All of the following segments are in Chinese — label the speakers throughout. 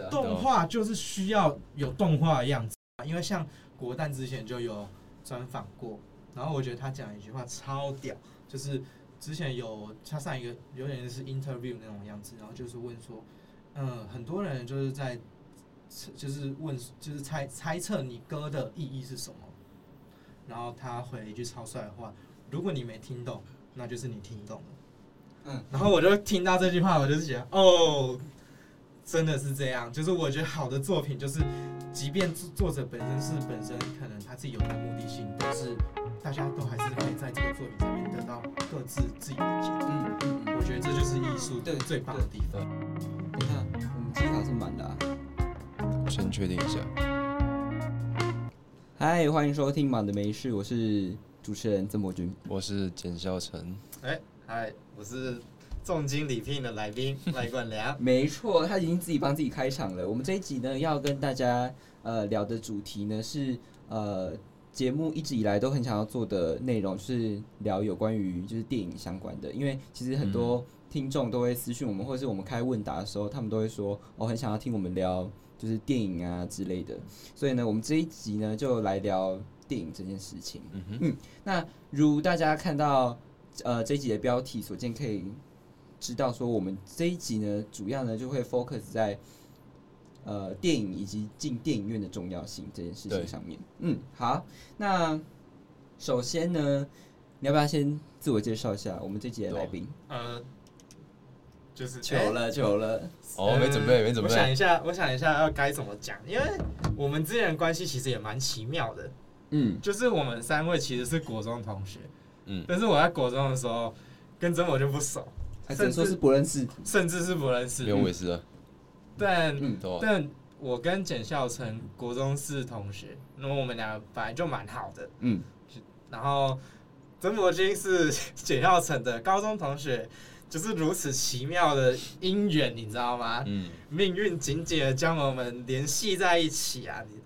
Speaker 1: 了。
Speaker 2: 动画就是需要有动画的样子，啊因为像国蛋之前就有专访过，然后我觉得他讲一句话超屌，就是之前有他上一个有点是 interview 那种样子，然后就是问说，嗯，很多人就是在就是问就是猜猜测你歌的意义是什么，然后他回了一句超帅的话，如果你没听懂，那就是你听懂了。
Speaker 1: 嗯，
Speaker 2: 然后我就听到这句话，我就是觉得哦，真的是这样。就是我觉得好的作品，就是即便作作者本身是本身可能他自己有他的目的性，但是大家都还是可以在这个作品上面得到各自自己的解读。
Speaker 1: 嗯嗯嗯，
Speaker 2: 我觉得这就是艺术
Speaker 1: 对
Speaker 2: 最棒的地
Speaker 3: 嗯
Speaker 2: 方。
Speaker 1: 等一下，我们机卡是满的、啊。
Speaker 4: 先确定一下。
Speaker 1: 嗨，欢迎收听《满的没事》，我是主持人曾博君。
Speaker 4: 我是简孝成，
Speaker 3: 哎，嗨，我是重金礼聘的来宾赖冠良。
Speaker 1: 没错，他已经自己帮自己开场了。我们这一集呢，要跟大家呃聊的主题呢是呃节目一直以来都很想要做的内容，就是聊有关于就是电影相关的。因为其实很多听众都会私讯我们，或是我们开问答的时候，他们都会说哦，很想要听我们聊就是电影啊之类的。所以呢，我们这一集呢就来聊电影这件事情。
Speaker 4: 嗯哼，
Speaker 1: 那如大家看到呃这一集的标题所见，可以知道说我们这一集呢，主要呢就会 focus 在呃电影以及进电影院的重要性这件事情
Speaker 4: 对
Speaker 1: 上面。嗯，好，那首先呢，你要不要先自我介绍一下我们这集的来宾？哎
Speaker 2: 呃，就是
Speaker 1: 久了，久了，
Speaker 4: 哦，没准备，没
Speaker 2: 呃
Speaker 4: 准
Speaker 2: 我想
Speaker 4: 备
Speaker 2: 一。下，我想一下要该怎么讲，因为我们之间的关系其实也蛮奇妙的。
Speaker 1: 嗯，
Speaker 2: 就是我们三位其实是国中同学，
Speaker 4: 嗯
Speaker 2: 但是我在国中的时候跟曾某就不熟，
Speaker 1: 还只能说是不认识。
Speaker 2: 甚至是不认识。
Speaker 4: 没有，我哦也是啊，
Speaker 2: 但、
Speaker 1: 嗯，
Speaker 4: 对吧？
Speaker 2: 但我跟简孝成国中是同学，那么我们俩本来就蛮好的。
Speaker 1: 嗯，
Speaker 2: 然后曾伯君是 简孝成的高中同学，就是如此奇妙的姻缘，你知道吗？
Speaker 4: 嗯，
Speaker 2: 命运紧紧的将我们联系在一起啊！你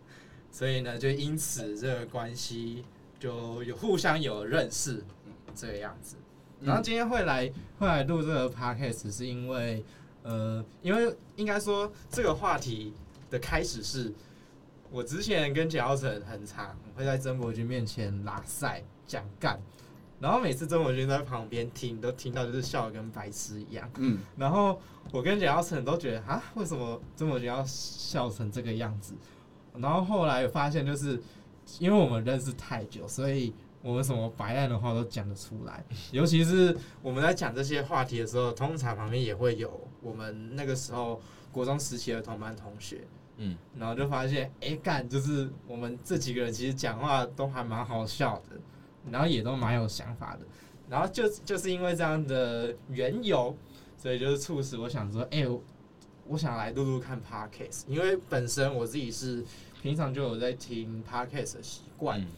Speaker 2: 所以呢，就因此这个关系就有互相有认识这个样子。然后今天会来会来录这个 podcast，是因为呃，因为应该说这个话题的开始是我之前跟简浩成很常会在曾伯君面前拉塞讲干，然后每次曾伯君在旁边听，都听到就是笑得跟白痴一样。
Speaker 1: 嗯，
Speaker 2: 然后我跟简耀成都觉得啊，为什么曾伯君要笑成这个样子？然后后来发现，就是因为我们认识太久，所以我们什么白烂的话都讲得出来。尤其是我们在讲这些话题的时候，通常旁边也会有我们那个时候国中时期的同班同学。
Speaker 4: 嗯，
Speaker 2: 然后就发现，哎干，就是我们这几个人其实讲话都还蛮好笑的，然后也都蛮有想法的。然后就就是因为这样的缘由，所以就是促使我想说，哎、我我想来录录看 podcast，因为本身我自己是平常就有在听 podcast 的习惯，
Speaker 4: 嗯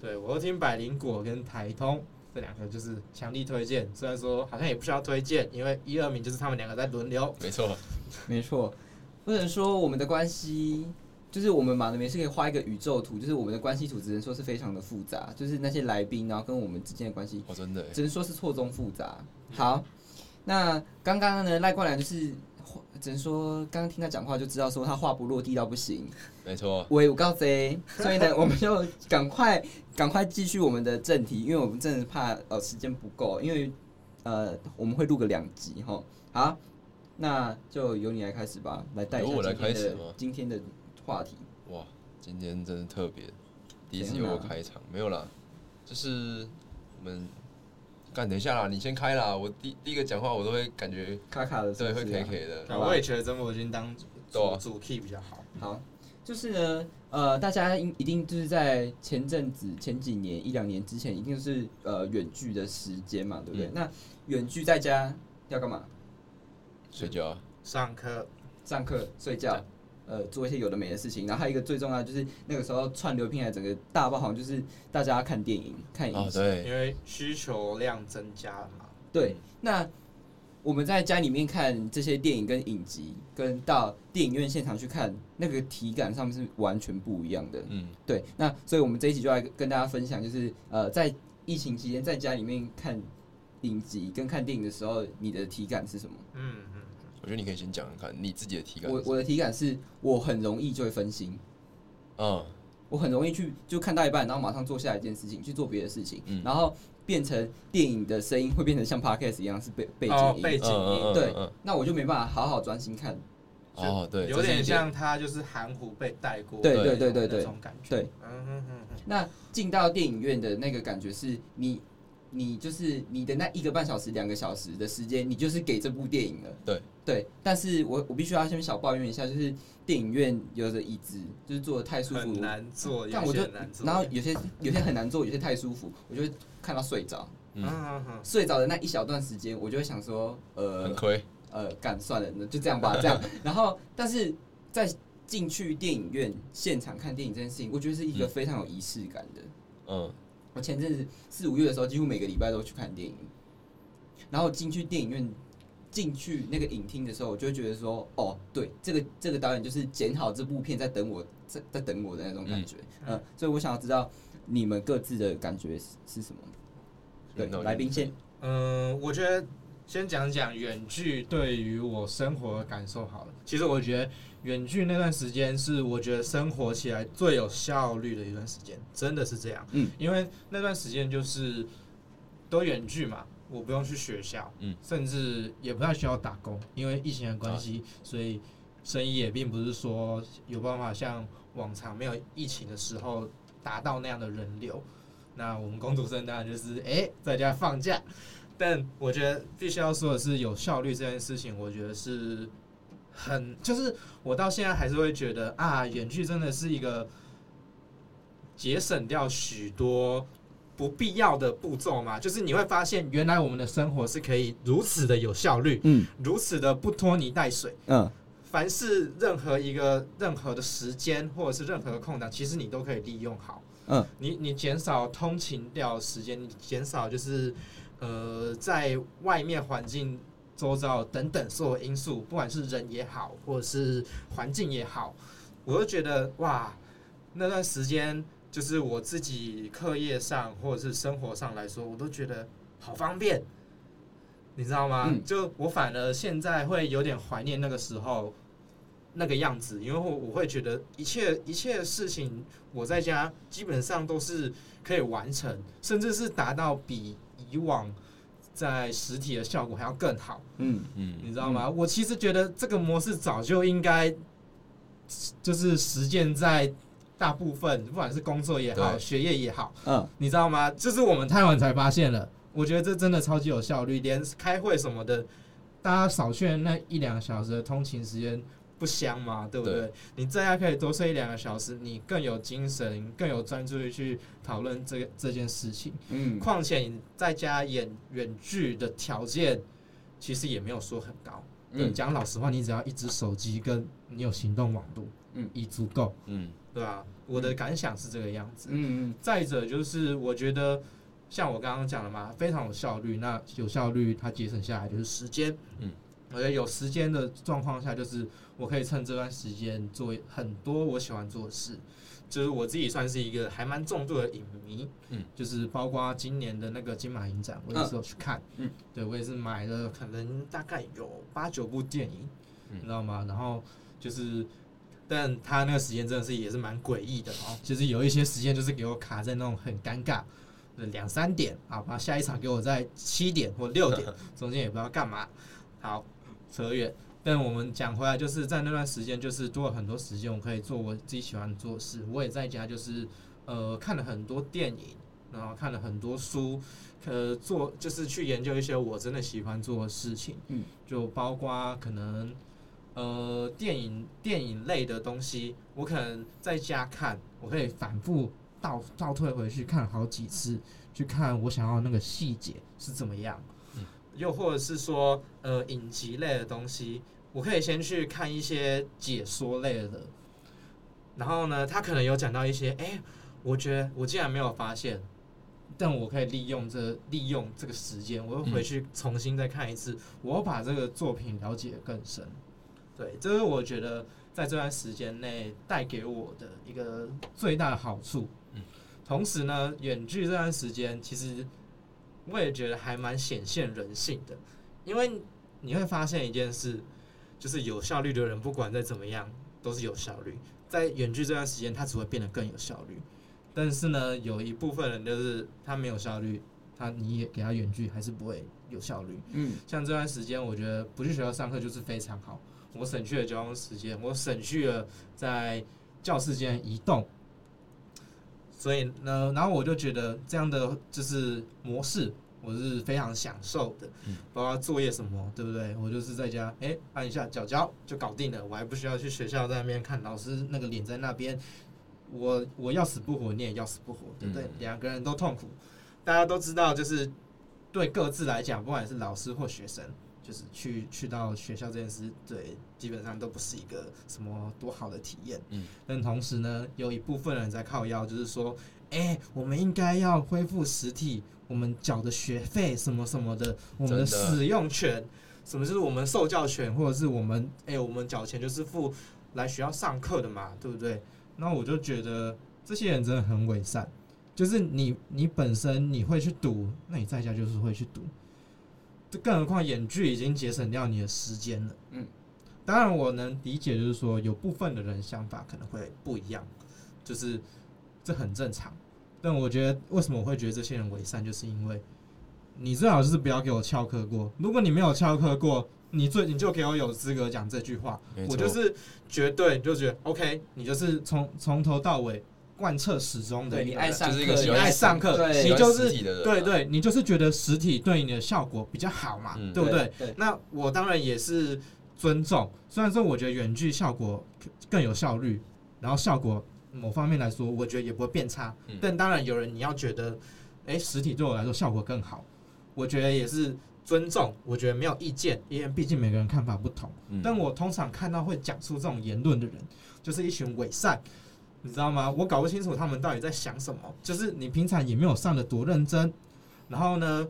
Speaker 2: 对我都听百灵果跟台通这两个就是强力推荐，虽然说好像也不需要推荐，因为一二名就是他们两个在轮流，
Speaker 4: 没错。
Speaker 1: 没错，不能说我们的关系，就是我们马德梅是可以画一个宇宙图，就是我们的关系图，只能说是非常的复杂，就是那些来宾，然后跟我们之间的关系，
Speaker 4: 我真的欸，
Speaker 1: 只能说是错综复杂。好，那刚刚呢，赖冠良就是。只能说，刚刚听他讲话就知道，说他话不落地到不行。
Speaker 4: 没错。
Speaker 1: 我有告贼，所以呢，我们就赶快赶快继续我们的正题，因为我们真的怕呃时间不够，因为呃我们会录个两集哈。好，那就由你来开始吧，来带一下
Speaker 4: 由我来
Speaker 1: 今天
Speaker 4: 开始
Speaker 1: 的
Speaker 4: 吗
Speaker 1: 今天的话题。
Speaker 4: 哇，今天真是特别，第一次
Speaker 1: 怎样
Speaker 4: 由
Speaker 1: 啊
Speaker 4: 我开场，没有啦，就是我们。干，等一下啦，你先开啦。我第第一个讲话，我都会感觉
Speaker 1: 卡卡
Speaker 2: 呃
Speaker 1: 的是不
Speaker 4: 对
Speaker 1: 是啊
Speaker 4: 会 K K 的。
Speaker 1: 好吧
Speaker 2: 我也觉得曾国军当主
Speaker 4: 对啊
Speaker 2: 主 key 比较好。
Speaker 1: 好，就是呢，呃，大家一一定就是在前阵子、前几年、一两年之前，一定是呃远距的时间嘛，对不对？
Speaker 4: 嗯
Speaker 1: 那远距在家要干嘛？
Speaker 4: 睡觉啊，
Speaker 2: 上课
Speaker 1: 上课、睡觉，呃，做一些有的没的事情。然后还有一个最重要的就是那个时候串流平台整个大爆红，就是大家看电影、看影
Speaker 4: 哦
Speaker 1: 集。
Speaker 4: 对，
Speaker 2: 因为需求量增加了嘛，
Speaker 1: 对，那我们在家里面看这些电影跟影集，跟到电影院现场去看，那个体感上面是完全不一样的。
Speaker 4: 嗯，
Speaker 1: 对，那所以我们这一集就来跟大家分享，就是呃，在疫情期间在家里面看影集跟看电影的时候，你的体感是什么？
Speaker 2: 嗯嗯，
Speaker 4: 我觉得你可以先讲讲看你自己的体感
Speaker 1: 我
Speaker 4: 是什么。
Speaker 1: 我的体感是我很容易就会分心，
Speaker 4: 嗯
Speaker 1: 我很容易去就看到一半，然后马上做下一件事情，去做别的事情，
Speaker 4: 嗯
Speaker 1: 然后变成电影的声音会变成像 podcast 一样是背背景
Speaker 2: 哦
Speaker 1: 音，
Speaker 2: 背
Speaker 4: 嗯嗯嗯，
Speaker 1: 对
Speaker 4: 嗯嗯
Speaker 1: 那我就没办法好好专心看。
Speaker 4: 哦对，
Speaker 2: 有
Speaker 4: 这是一
Speaker 2: 点像他就是含糊被带过，
Speaker 1: 对
Speaker 4: 对
Speaker 1: 对对对
Speaker 2: 那种感觉，
Speaker 1: 对，
Speaker 2: 嗯哼哼哼，
Speaker 1: 那进到电影院的那个感觉是你，你就是你的那一个半小时、两个小时的时间，你就是给这部电影了。
Speaker 4: 对
Speaker 1: 对，但是我我必须要先小抱怨一下，就是电影院有的椅子就是坐的太舒服
Speaker 2: 很，难做，
Speaker 1: 但
Speaker 2: 有
Speaker 1: 我
Speaker 2: 些
Speaker 1: 就
Speaker 2: 很难做，
Speaker 1: 然后有些有些很难坐，有些太舒服，我就会看到睡着。
Speaker 2: 嗯哼哼，
Speaker 1: 睡着的那一小段时间，我就会想说，呃
Speaker 4: 很，亏，
Speaker 1: 呃，干算了，那就这样吧，这样。然后，但是在进去电影院现场看电影这件事情，我觉得是一个
Speaker 4: 嗯
Speaker 1: 非常有仪式感的。
Speaker 4: 嗯
Speaker 1: 我前阵子四五月的时候，几乎每个礼拜都去看电影，然后进去电影院。进去那个影厅的时候，我就会觉得说，哦，对，这个这个导演就是剪好这部片在等我，在在等我的那种感觉。
Speaker 2: 嗯
Speaker 1: 嗯、所以我想要知道你们各自的感觉是是什么。对
Speaker 4: 那我，就
Speaker 1: 来宾先。
Speaker 2: 嗯，我觉得先讲讲远距对于我生活的感受好了。其实我觉得远距那段时间是我觉得生活起来最有效率的一段时间，真的是这样。
Speaker 1: 嗯，
Speaker 2: 因为那段时间就是都远距嘛，我不用去学校，
Speaker 4: 嗯，
Speaker 2: 甚至也不太需要打工，因为疫情的关系，所以生意也并不是说有办法像往常没有疫情的时候达到那样的人流。那我们工读生当然就是哎、诶在家放假，但我觉得必须要说的是，有效率这件事情，我觉得是很，就是我到现在还是会觉得啊，远距真的是一个节省掉许多不必要的步骤嘛。就是你会发现，原来我们的生活是可以如此的有效率，
Speaker 1: 嗯
Speaker 2: 如此的不拖泥带水。
Speaker 1: 嗯
Speaker 2: 凡是任何一个任何的时间或者是任何的空档，其实你都可以利用好。
Speaker 1: 嗯，
Speaker 2: 你你减少通勤掉的时间，你减少就是呃在外面环境周遭等等所有因素，不管是人也好，或者是环境也好，我就觉得哇，那段时间就是我自己课业上或者是生活上来说，我都觉得好方便，你知道吗？
Speaker 1: 嗯
Speaker 2: 就我反而现在会有点怀念那个时候那个样子，因为我我会觉得一切一切事情我在家基本上都是可以完成，甚至是达到比以往在实体的效果还要更好。
Speaker 1: 嗯，
Speaker 4: 嗯
Speaker 2: 你知道吗？我其实觉得这个模式早就应该就是实践在大部分，不管是工作也好，
Speaker 4: 对
Speaker 2: 学业也好，
Speaker 1: 嗯，
Speaker 2: 你知道吗？就是我们太晚才发现了，我觉得这真的超级有效率，连开会什么的，大家少去了那一两个小时的通勤时间。不香嘛，对不对？
Speaker 4: 对
Speaker 2: 你在家可以多睡一两个小时，你更有精神，更有专注力去讨论这个这件事情。
Speaker 1: 嗯
Speaker 2: 况且你在家演远距的条件，其实也没有说很高。
Speaker 1: 嗯
Speaker 2: 嗯，讲老实话，你只要一只手机跟你有行动网络，
Speaker 1: 嗯
Speaker 2: 嗯，已足够，
Speaker 4: 嗯
Speaker 2: 对吧、我的感想是这个样子。
Speaker 1: 嗯
Speaker 2: 再者就是，我觉得像我刚刚讲的嘛，非常有效率。那有效率，它节省下来就是时间。
Speaker 4: 嗯，
Speaker 2: 我觉得有时间的状况下，就是我可以趁这段时间做很多我喜欢做的事。就是我自己算是一个还蛮重度的影迷，
Speaker 4: 嗯，
Speaker 2: 就是包括今年的那个金马影展，我也是有去看，
Speaker 1: 嗯，
Speaker 2: 对我也是买了可能大概有八九部电影，
Speaker 4: 嗯
Speaker 2: 你知道吗？然后就是但他那个时间真的是也是蛮诡异的哦，就是有一些时间就是给我卡在那种很尴尬的两三点啊，把下一场给我在七点或六点，中间也不知道干嘛。好，扯远。但我们讲回来，就是在那段时间，就是多了很多时间，我可以做我自己喜欢做的事。我也在家，就是呃看了很多电影，然后看了很多书，呃做就是去研究一些我真的喜欢做的事情。
Speaker 1: 嗯，
Speaker 2: 就包括可能呃电影电影类的东西，我可能在家看，我可以反复倒倒退回去看好几次，去看我想要那个细节是怎么样。又或者是说，呃，影集类的东西，我可以先去看一些解说类的，然后呢，他可能有讲到一些，哎、我觉得我竟然没有发现，但我可以利用这利用这个时间，我又回去重新再看一次，我把这个作品了解得更深。对，这是我觉得在这段时间内带给我的一个最大的好处。
Speaker 4: 嗯
Speaker 2: 同时呢，远距这段时间其实我也觉得还蛮显现人性的，因为你会发现一件事，就是有效率的人，不管再怎么样都是有效率。在远距这段时间，他只会变得更有效率。但是呢，有一部分人就是他没有效率，他你也给他远距还是不会有效率。
Speaker 1: 嗯，
Speaker 2: 像这段时间，我觉得不去学校上课就是非常好。我省去了交通时间，我省去了在教室间移动，所以呢，然后我就觉得这样的就是模式，我是非常享受的。包括作业什么，对不对？我就是在家，哎、按一下脚脚就搞定了，我还不需要去学校在那边看老师那个脸在那边，我我要死不活，你也要死不活，对不对
Speaker 4: 嗯？
Speaker 2: 两、个人都痛苦，大家都知道，就是对各自来讲，不管是老师或学生，就是去去到学校这件事，对，基本上都不是一个什么多好的体验。
Speaker 4: 嗯，
Speaker 2: 但同时呢，有一部分人在靠腰，就是说，哎、我们应该要恢复实体，我们缴的学费什么什么的，我们的
Speaker 4: 真的
Speaker 2: 使用权，什么就是我们受教权，或者是我们，哎、我们缴钱就是付来学校上课的嘛，对不对？那我就觉得这些人真的很伪善，就是你你本身你会去赌，那你在家就是会去赌，这更何况演剧已经节省掉你的时间了。
Speaker 1: 嗯，
Speaker 2: 当然我能理解，就是说有部分的人想法可能会不一样，就是这很正常。但我觉得为什么我会觉得这些人伪善，就是因为你最好就是不要给我翘课过。如果你没有翘课过，你最你就给我有资格讲这句话。
Speaker 4: 没
Speaker 2: 我
Speaker 4: 错
Speaker 2: 就是绝对就觉得 OK，你就是从从头到尾贯彻始终的
Speaker 1: 对
Speaker 2: 一
Speaker 1: 你
Speaker 2: 个
Speaker 1: 爱
Speaker 2: 人
Speaker 1: 上
Speaker 4: 就是
Speaker 1: 课，
Speaker 4: 一个喜
Speaker 2: 你
Speaker 4: 欢
Speaker 2: 爱上课，
Speaker 1: 对
Speaker 2: 你就是
Speaker 4: 喜欢实体的人啊
Speaker 2: 对对，你就是觉得实体对你的效果比较好嘛，
Speaker 4: 嗯
Speaker 2: 对不对？？
Speaker 1: 对，
Speaker 2: 那我当然也是尊重，虽然说我觉得远距效果更有效率，然后效果某方面来说，我觉得也不会变差。
Speaker 4: 嗯
Speaker 2: 但当然有人你要觉得，哎、实体对我来说效果更好，我觉得也是尊重，我觉得没有意见，因为毕竟每个人看法不同。
Speaker 4: 嗯
Speaker 2: 但我通常看到会讲出这种言论的人，就是一群伪善，你知道吗？我搞不清楚他们到底在想什么。就是你平常也没有上的多认真，然后呢，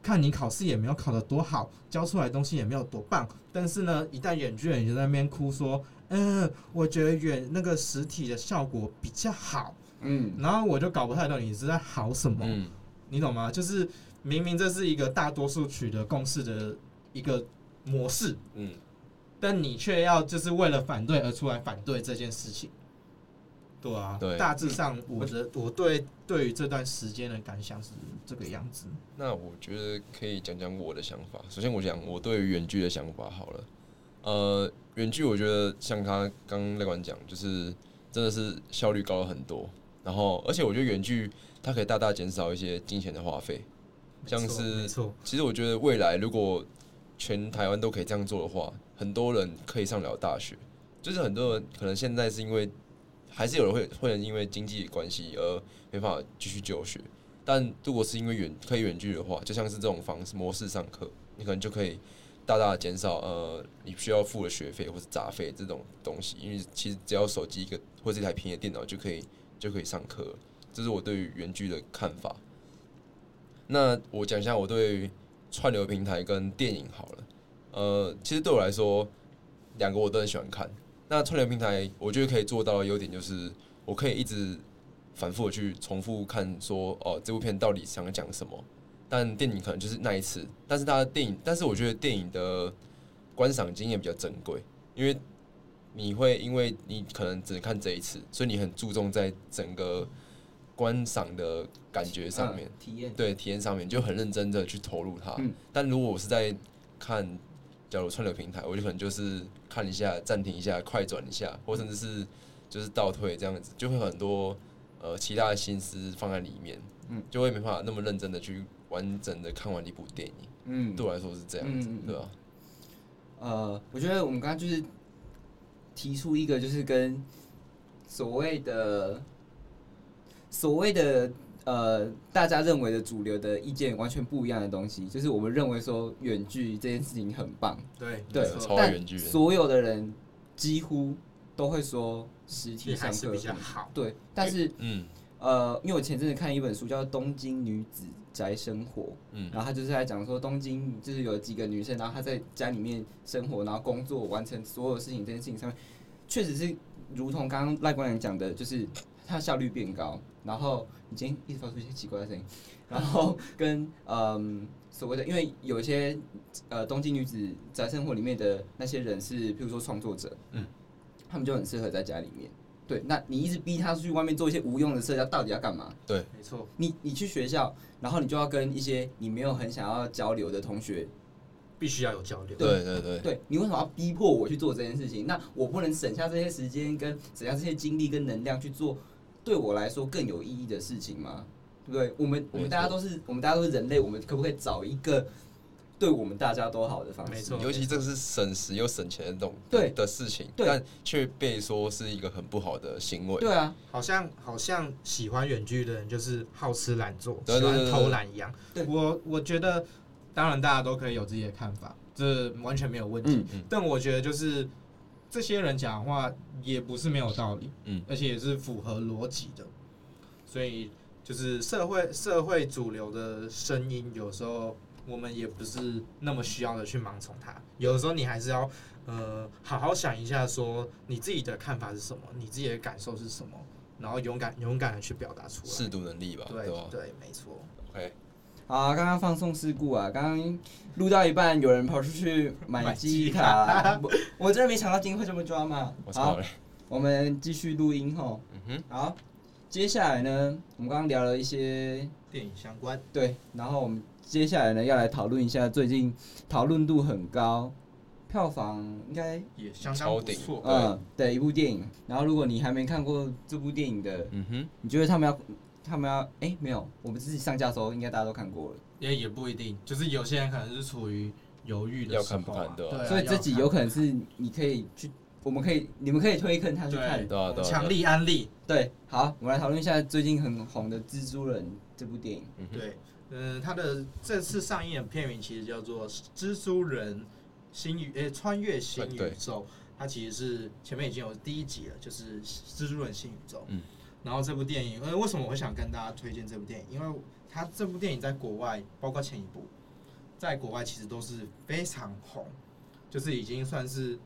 Speaker 2: 看你考试也没有考得多好，教出来的东西也没有多棒，但是呢，一旦远距人就在那边哭说，嗯，我觉得远那个实体的效果比较好，
Speaker 1: 嗯，
Speaker 2: 然后我就搞不太懂你是在好什么。
Speaker 4: 嗯
Speaker 2: 你懂吗？就是明明这是一个大多数取得共识的一个模式，
Speaker 4: 嗯，
Speaker 2: 但你却要就是为了反对而出来反对这件事情。对啊，
Speaker 4: 对
Speaker 2: 大致上我的我对对于这段时间的感想是这个样子。
Speaker 4: 那我觉得可以讲讲我的想法。首先，我讲我对于远距的想法好了。呃，远距我觉得像他刚刚那管讲，就是真的是效率高了很多。然后，而且我觉得远距它可以大大减少一些金钱的花费。像
Speaker 2: 没错
Speaker 4: 是
Speaker 2: 没错，
Speaker 4: 其实我觉得未来如果全台湾都可以这样做的话，很多人可以上了大学。就是很多人可能现在是因为还是有人会会因为经济关系而没办法继续就学，但如果是因为远可以远距的话，就像是这种方式模式上课，你可能就可以大大减少呃你需要付的学费或是杂费这种东西，因为其实只要手机一个或是一台平板电脑就可以就可以上课了，这是我对于远距的看法。那我讲一下我对于串流平台跟电影好了，呃，其实对我来说，两个我都很喜欢看。那串流平台，我觉得可以做到的优点就是，我可以一直反复的去重复看说，哦，这部片到底想讲什么。但电影可能就是那一次，但是它的电影，但是我觉得电影的观赏经验比较珍贵，因为你会因为你可能只看这一次，所以你很注重在整个观赏的感觉上面
Speaker 1: 嗯。体验，
Speaker 4: 对体验上面就很认真的去投入它。
Speaker 1: 嗯
Speaker 4: 但如果我是在看，假如串流平台，我就可能就是看一下，暂停一下，快转一
Speaker 1: 嗯
Speaker 4: 下，或甚至是就是倒退这样子，就会很多呃其他的心思放在里面，
Speaker 1: 嗯，
Speaker 4: 就会没办法那么认真的去完整的看完一部电影。
Speaker 1: 嗯，
Speaker 4: 对我来说是这样子，
Speaker 1: 嗯嗯嗯
Speaker 4: 对吧、
Speaker 1: 呃，我觉得我们刚刚就是提出一个，就是跟所谓的所谓的呃大家认为的主流的意见完全不一样的东西，就是我们认为说远距这件事情很棒，
Speaker 2: 对
Speaker 1: 对
Speaker 2: 没，错
Speaker 4: 超爱远距
Speaker 1: 但所有的人几乎都会说实体
Speaker 2: 也
Speaker 1: 上
Speaker 2: 还是
Speaker 1: 课
Speaker 2: 比较好。
Speaker 1: 对，但是
Speaker 4: 嗯
Speaker 1: 呃，因为我前阵子看一本书叫《东京女子宅生活》，
Speaker 4: 嗯
Speaker 1: 然后他就是在讲说东京就是有几个女生，然后她在家里面生活，然后工作，完成所有事情这件事情上面，确实是如同刚刚赖官员讲的，就是。它效率变高。然后你今天一直发出一些奇怪的声音，然后跟嗯所谓的，因为有一些呃东京女子宅生活里面的那些人是，譬如说创作者，
Speaker 4: 嗯，
Speaker 1: 他们就很适合在家里面。对，那你一直逼他出去外面做一些无用的社交，到底要干嘛？
Speaker 2: 没错，
Speaker 1: 你你去学校，然后你就要跟一些你没有很想要交流的同学，
Speaker 2: 必须要有交流。
Speaker 4: 对对对，
Speaker 1: 对你为什么要逼迫我去做这件事情？那我不能省下这些时间，跟省下这些精力跟能量去做对我来说更有意义的事情吗？对不对？我们我们大家都是我们大家都是人类，我们可不可以找一个对我们大家都好的方式？
Speaker 2: 没错
Speaker 4: 尤其这个是省时又省钱的动
Speaker 1: 对
Speaker 4: 的事情，
Speaker 1: 对
Speaker 4: 但却被说是一个很不好的行为。
Speaker 1: 对啊，
Speaker 2: 好像好像喜欢远距的人就是好吃懒做，
Speaker 4: 对
Speaker 2: 喜
Speaker 4: 对
Speaker 2: 欢
Speaker 4: 对
Speaker 2: 偷
Speaker 4: 对
Speaker 2: 懒一样。
Speaker 1: 对
Speaker 2: 我我觉得，当然大家都可以有自己的看法，这完全没有问题。
Speaker 1: 嗯
Speaker 4: 嗯
Speaker 2: 但我觉得就是这些人讲话也不是没有道理，
Speaker 4: 嗯，
Speaker 2: 而且也是符合逻辑的，所以就是社会社会主流的声音，有时候我们也不是那么需要的去盲从它，有的时候你还是要呃好好想一下，说你自己的看法是什么，你自己的感受是什么，然后勇敢勇敢的去表达出来。
Speaker 4: 适度能力吧，
Speaker 2: 对
Speaker 4: 吧
Speaker 2: 对，没错，
Speaker 4: ？OK，
Speaker 1: 好啊，刚刚放送事故啊，刚刚录到一半，有人跑出去买
Speaker 2: 买
Speaker 1: 机
Speaker 2: 机
Speaker 1: 卡，我我真的没想到今天会这么抓嘛。
Speaker 4: 我操
Speaker 1: 好，
Speaker 4: 嘞，
Speaker 1: 我们继续录音吼。
Speaker 4: 嗯哼，
Speaker 1: 好，接下来呢，我们刚刚聊了一些
Speaker 2: 电影相关，
Speaker 1: 对，然后我们接下来呢要来讨论一下最近讨论度很高，票房应该
Speaker 2: 也相当
Speaker 4: 超
Speaker 2: 不
Speaker 4: 顶
Speaker 2: 错。
Speaker 1: 嗯的一部电影。然后如果你还没看过这部电影的，
Speaker 4: 嗯哼，
Speaker 1: 你觉得他们要他们要哎、没有，我们自己上架的时候应该大家都看过了，
Speaker 2: 也也不一定，就是有些人可能是处于犹豫的
Speaker 4: 要
Speaker 2: 时候
Speaker 4: 看不
Speaker 2: 啊、
Speaker 4: 看对啊
Speaker 2: 对啊
Speaker 1: 所以这集
Speaker 2: 要看
Speaker 1: 有可能是你可以去，我们可以你们可以推坑他去看
Speaker 2: 对
Speaker 4: 对啊对啊，
Speaker 2: 强
Speaker 4: 对啊，
Speaker 2: 力安利。
Speaker 1: 对，好，我们来讨论一下最近很红的《蜘蛛人》这部电影。
Speaker 4: 嗯哼，
Speaker 2: 对，嗯、它的这次上映的片名其实叫做《蜘蛛人新宇》，诶，穿越新
Speaker 4: 呃对
Speaker 2: 宇宙。它其实是前面已经有第一集了，就是《蜘蛛人新宇宙》。
Speaker 4: 嗯。
Speaker 2: 然后这部电影，呃，为什么我会想跟大家推荐这部电影？因为它这部电影在国外，包括前一部，在国外其实都是非常红，就是已经算是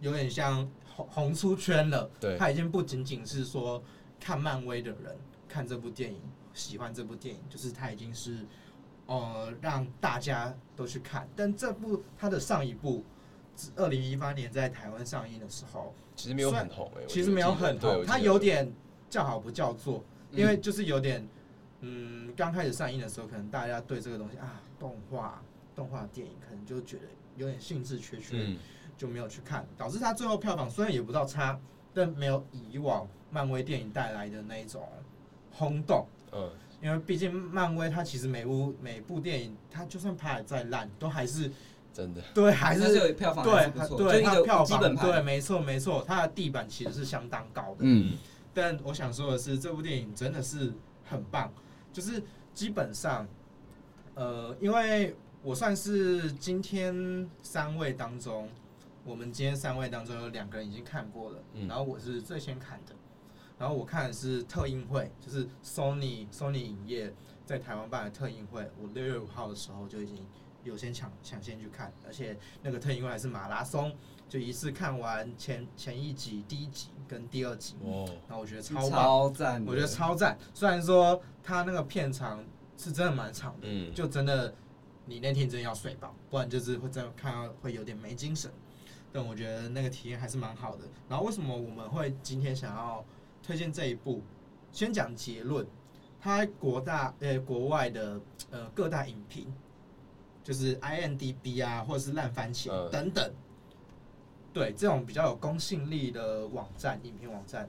Speaker 2: 有点像红红出圈了。
Speaker 4: 对
Speaker 2: 他已经不仅仅是说看漫威的人看这部电影，喜欢这部电影，就是他已经是呃让大家都去看。但这部它的上一部，二零一八年在台湾上映的时候，
Speaker 4: 其实没有很红诶，我
Speaker 2: 其
Speaker 4: 觉
Speaker 2: 实
Speaker 4: 得
Speaker 2: 没有
Speaker 4: 记得
Speaker 2: 很
Speaker 4: 对我
Speaker 2: 红，
Speaker 4: 记
Speaker 2: 它
Speaker 4: 得
Speaker 2: 有点叫好不叫座，因为
Speaker 1: 嗯
Speaker 2: 就是有点嗯，刚开始上映的时候，可能大家对这个东西啊，动画动画电影可能就觉得有点兴致缺缺，
Speaker 4: 嗯
Speaker 2: 就没有去看，导致它最后票房虽然也不到差，但没有以往漫威电影带来的那一种轰动。
Speaker 4: 嗯，
Speaker 2: 因为毕竟漫威它其实每部每部电影，它就算拍的再烂，都还是
Speaker 4: 真的，
Speaker 2: 对还
Speaker 1: 它
Speaker 2: 是
Speaker 1: 是有票房还
Speaker 2: 对
Speaker 1: 是不错，就
Speaker 2: 对
Speaker 1: 一
Speaker 2: 它
Speaker 1: 个
Speaker 2: 票
Speaker 1: 基本
Speaker 2: 房对
Speaker 1: 盘。
Speaker 2: 没错没错，它的地板其实是相当高的。
Speaker 1: 嗯，
Speaker 2: 但我想说的是，这部电影真的是很棒，就是基本上，呃，因为我算是今天三位当中，我们今天三位当中有两个人已经看过了，
Speaker 4: 嗯
Speaker 2: 然后我是最先看的，然后我看的是特映会，就是 Sony Sony 影业在台湾办的特映会，我六月五号的时候就已经有先抢抢先去看，而且那个特映会还是马拉松，就一次看完前前一集、第一集跟第二集。
Speaker 4: 哦，
Speaker 2: 然后我觉得超棒，
Speaker 1: 嗯超赞的，
Speaker 2: 我觉得超赞。虽然说它那个片长是真的蛮长的，
Speaker 4: 嗯，
Speaker 2: 就真的你那天真的要睡饱，不然就是会真的看到会有点没精神。但我觉得那个体验还是蛮好的。然后为什么我们会今天想要推荐这一部？先讲结论，它国大呃国外的呃各大影评，就是 IMDB 啊，或者是烂番茄、
Speaker 4: 嗯
Speaker 2: 等等，对这种比较有公信力的网站影评网站，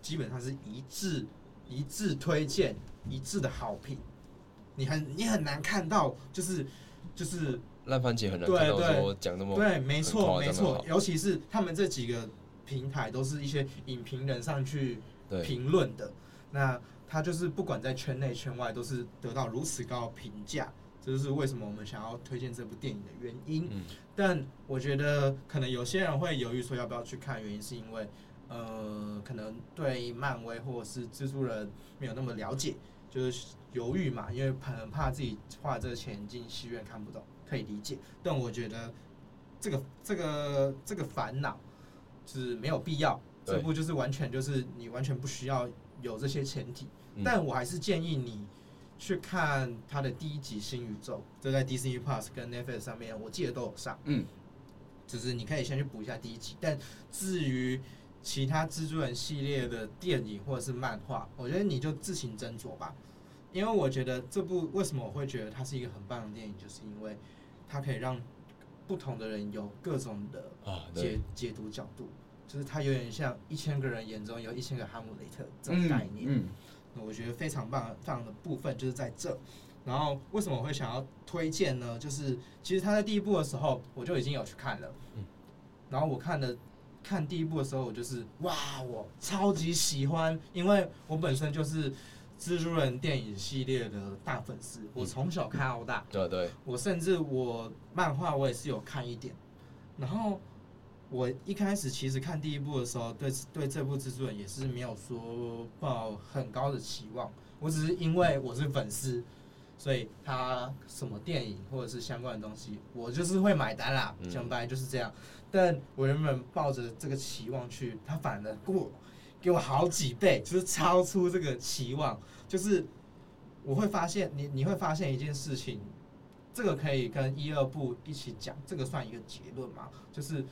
Speaker 2: 基本上是一致一致推荐一致的好评。你很你很难看到，就是就是
Speaker 4: 烂番茄很难
Speaker 2: 对
Speaker 4: 看到
Speaker 2: 对
Speaker 4: 说讲那么
Speaker 2: 对，没
Speaker 4: 很
Speaker 2: 错
Speaker 4: 夸
Speaker 2: 没
Speaker 4: 张的
Speaker 2: 错
Speaker 4: 好，
Speaker 2: 尤其是他们这几个平台都是一些影评人上去
Speaker 4: 对，
Speaker 2: 评论的，那他就是不管在圈内圈外都是得到如此高的评价，这就是为什么我们想要推荐这部电影的原因。
Speaker 4: 嗯
Speaker 2: 但我觉得可能有些人会犹豫说要不要去看，原因是因为呃，可能对漫威或者是蜘蛛人没有那么了解，就是犹豫嘛，因为很怕自己花这个钱进戏院看不懂，可以理解。但我觉得这个这个这个烦恼是没有必要，
Speaker 4: 对
Speaker 2: 这部就是完全就是你完全不需要有这些前提，
Speaker 4: 嗯
Speaker 2: 但我还是建议你去看它的第一集《新宇宙》，这在 Disney Plus 跟 Netflix 上面，我记得都有上。
Speaker 1: 嗯，
Speaker 2: 就是你可以先去补一下第一集，但至于其他蜘蛛人系列的电影或者是漫画，我觉得你就自行斟酌吧。因为我觉得这部为什么我会觉得它是一个很棒的电影，就是因为它可以让不同的人有各种的
Speaker 4: 啊，对，
Speaker 2: 解解读角度，就是它有点像一千个人眼中有一千个哈姆雷特这种
Speaker 1: 嗯
Speaker 2: 概念。
Speaker 1: 嗯
Speaker 2: 我觉得非常棒棒的部分就是在这。然后为什么我会想要推荐呢？就是其实他在第一部的时候我就已经有去看了，
Speaker 4: 嗯
Speaker 2: 然后我看了看第一部的时候，我就是哇，我超级喜欢，因为我本身就是蜘蛛人电影系列的大粉丝，我从小看到大，
Speaker 4: 对对，
Speaker 2: 我甚至我漫画我也是有看一点，然后我一开始其实看第一部的时候，对对这部蜘蛛人也是没有说抱很高的期望，我只是因为我是粉丝，所以他什么电影或者是相关的东西，我就是会买单啦，
Speaker 4: 嗯
Speaker 2: 讲白就是这样。但我原本抱着这个期望去，他反而给我给我好几倍，就是超出这个期望，就是我会发现你你会发现一件事情。这个可以跟一二部一起讲，这个算一个结论嘛？就是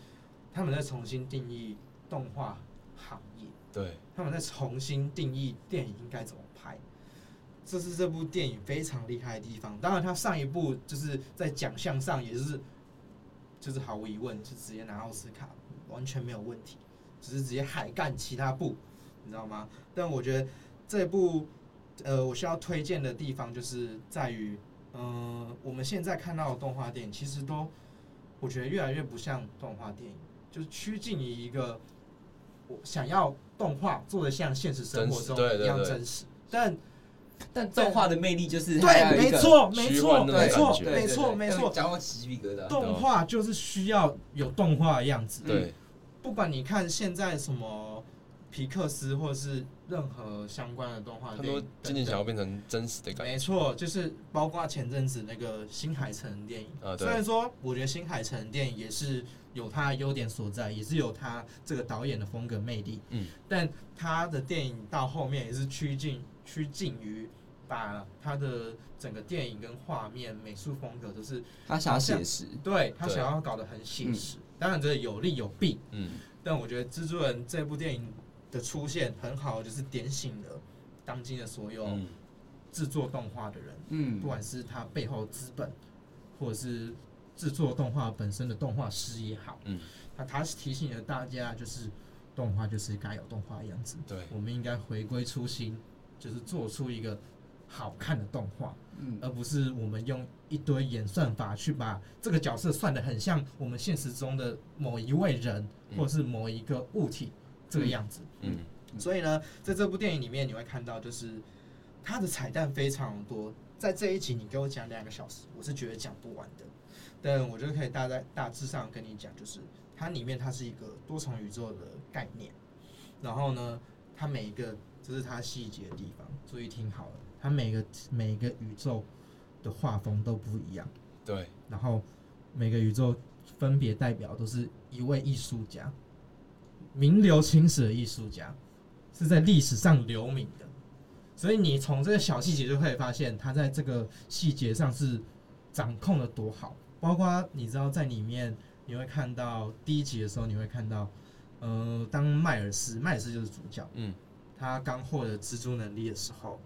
Speaker 2: 他们在重新定义动画行业，
Speaker 4: 对，
Speaker 2: 他们在重新定义电影应该怎么拍。这是这部电影非常厉害的地方。当然，他上一部就是在奖项上也是，就是毫无疑问就直接拿奥斯卡，完全没有问题，只是直接海干其他部，你知道吗？但我觉得这部，呃，我需要推荐的地方就是在于，嗯、我们现在看到的动画电影其实都，我觉得越来越不像动画电影，就是趋近于一个我想要动画做的像现实生活
Speaker 4: 真实
Speaker 2: 中
Speaker 4: 对对
Speaker 2: 一样
Speaker 4: 对
Speaker 2: 真实，但
Speaker 1: 但动画的魅力就是它要
Speaker 2: 对，
Speaker 1: 有一
Speaker 2: 没
Speaker 1: 个
Speaker 2: 错，没
Speaker 4: 虚
Speaker 2: 错，
Speaker 4: 幻那种
Speaker 2: 没
Speaker 4: 感
Speaker 2: 错，
Speaker 4: 觉
Speaker 1: 对
Speaker 2: 没
Speaker 1: 对
Speaker 2: 错，
Speaker 1: 对
Speaker 2: 没错。
Speaker 1: 讲我起鸡皮疙瘩。
Speaker 2: 动画就是需要有动画的样子，
Speaker 4: 对，
Speaker 2: 不管你看现在什么皮克斯或是任何相关的动画
Speaker 4: 他
Speaker 2: 电
Speaker 4: 说
Speaker 2: 影等
Speaker 4: 今年
Speaker 2: 等，
Speaker 4: 想要变成真实的感
Speaker 2: 没错，就是包括前阵子那个新海诚的电影。
Speaker 4: 啊
Speaker 2: 虽
Speaker 4: 对
Speaker 2: 然说我觉得新海诚的电影也是有它的优点所在，也是有它这个导演的风格魅力。
Speaker 4: 嗯，
Speaker 2: 但他的电影到后面也是趋近趋近于把他的整个电影跟画面、美术风格都是
Speaker 1: 他想要写实，
Speaker 2: 对他
Speaker 4: 对
Speaker 2: 想要搞得很写实。当然这有利有弊，
Speaker 4: 觉，嗯，
Speaker 2: 但我觉得《蜘蛛人》这部电影的出现很好，就是点醒了当今的所有
Speaker 4: 嗯
Speaker 2: 制作动画的人。
Speaker 1: 嗯
Speaker 2: 不管是它背后的资本，或者是制作动画本身的动画师也好，
Speaker 4: 嗯，
Speaker 2: 那它提醒了大家，就是动画就是该有动画的样子，
Speaker 4: 对，
Speaker 2: 我们应该回归初心，就是做出一个好看的动画，
Speaker 1: 嗯
Speaker 2: 而不是我们用一堆演算法去把这个角色算得很像我们现实中的某一位人，
Speaker 4: 嗯
Speaker 2: 或者是某一个物体这个样子。
Speaker 4: 嗯，
Speaker 2: 所以呢，在这部电影里面，你会看到就是它的彩蛋非常多。在这一集，你给我讲两个小时，我是觉得讲不完的。但我就可以大概大致上跟你讲，就是它里面它是一个多重宇宙的概念。然后呢，它每一个这是它细节的地方，注意听好了，它每个每一个宇宙的画风都不一样，
Speaker 4: 对，
Speaker 2: 然后每个宇宙分别代表都是一位艺术家，名留青史的艺术家，是在历史上留名的。所以你从这个小细节就可以发现，他在这个细节上是掌控的多好。包括你知道，在里面你会看到第一集的时候，你会看到，呃，当迈尔斯，迈尔斯就是主角，
Speaker 4: 嗯，
Speaker 2: 他刚获得蜘蛛能力的时候，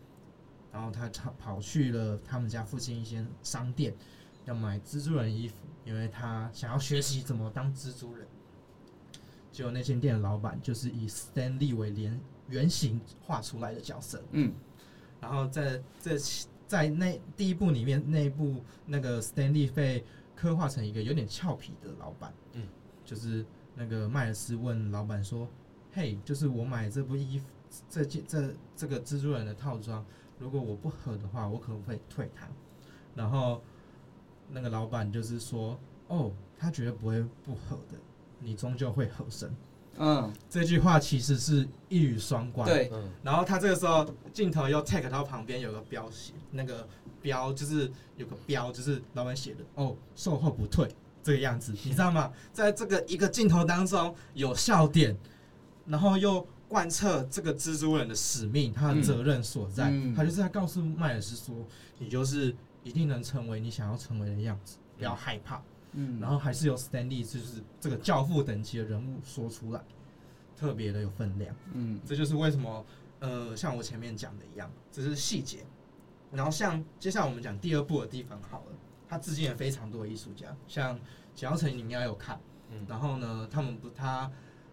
Speaker 2: 然后他他跑去了他们家附近一间商店，要买蜘蛛人衣服，因为他想要学习怎么当蜘蛛人。结果那间店的老板就是以 Stanley 为原原型画出来的角色，
Speaker 1: 嗯
Speaker 2: 然后在这在那第一部里面，那一部那个 Stanley 被刻画成一个有点俏皮的老板，
Speaker 4: 嗯，
Speaker 2: 就是那个迈尔斯问老板说：“嘿，就是我买这部衣服，这件这这个蜘蛛人的套装，如果我不合的话，我可不可以退它？”然后那个老板就是说：“哦，他绝对不会不合的，你终究会合身。”
Speaker 1: 嗯，
Speaker 2: 这句话其实是一语双关，
Speaker 1: 对，
Speaker 4: 嗯，
Speaker 2: 然后他这个时候镜头又 take 到旁边有个标写，那个标就是有个标，就是老板写的哦，售后不退这个样子，你知道吗？在这个一个镜头当中有笑点，然后又贯彻这个蜘蛛人的使命，他的责任所在，
Speaker 1: 嗯
Speaker 2: 他就是在告诉迈尔斯说，你就是一定能成为你想要成为的样子，不要害怕。
Speaker 1: 嗯，
Speaker 2: 然后还是由 Stanley 就是这个教父等级的人物说出来，特别的有分量。
Speaker 1: 嗯
Speaker 2: 这就是为什么，呃，像我前面讲的一样，这是细节。然后像接下来我们讲第二部的地方好了，他致敬了非常多的艺术家，像简奥城你们应该有看，
Speaker 4: 嗯
Speaker 2: 然后呢，他们不他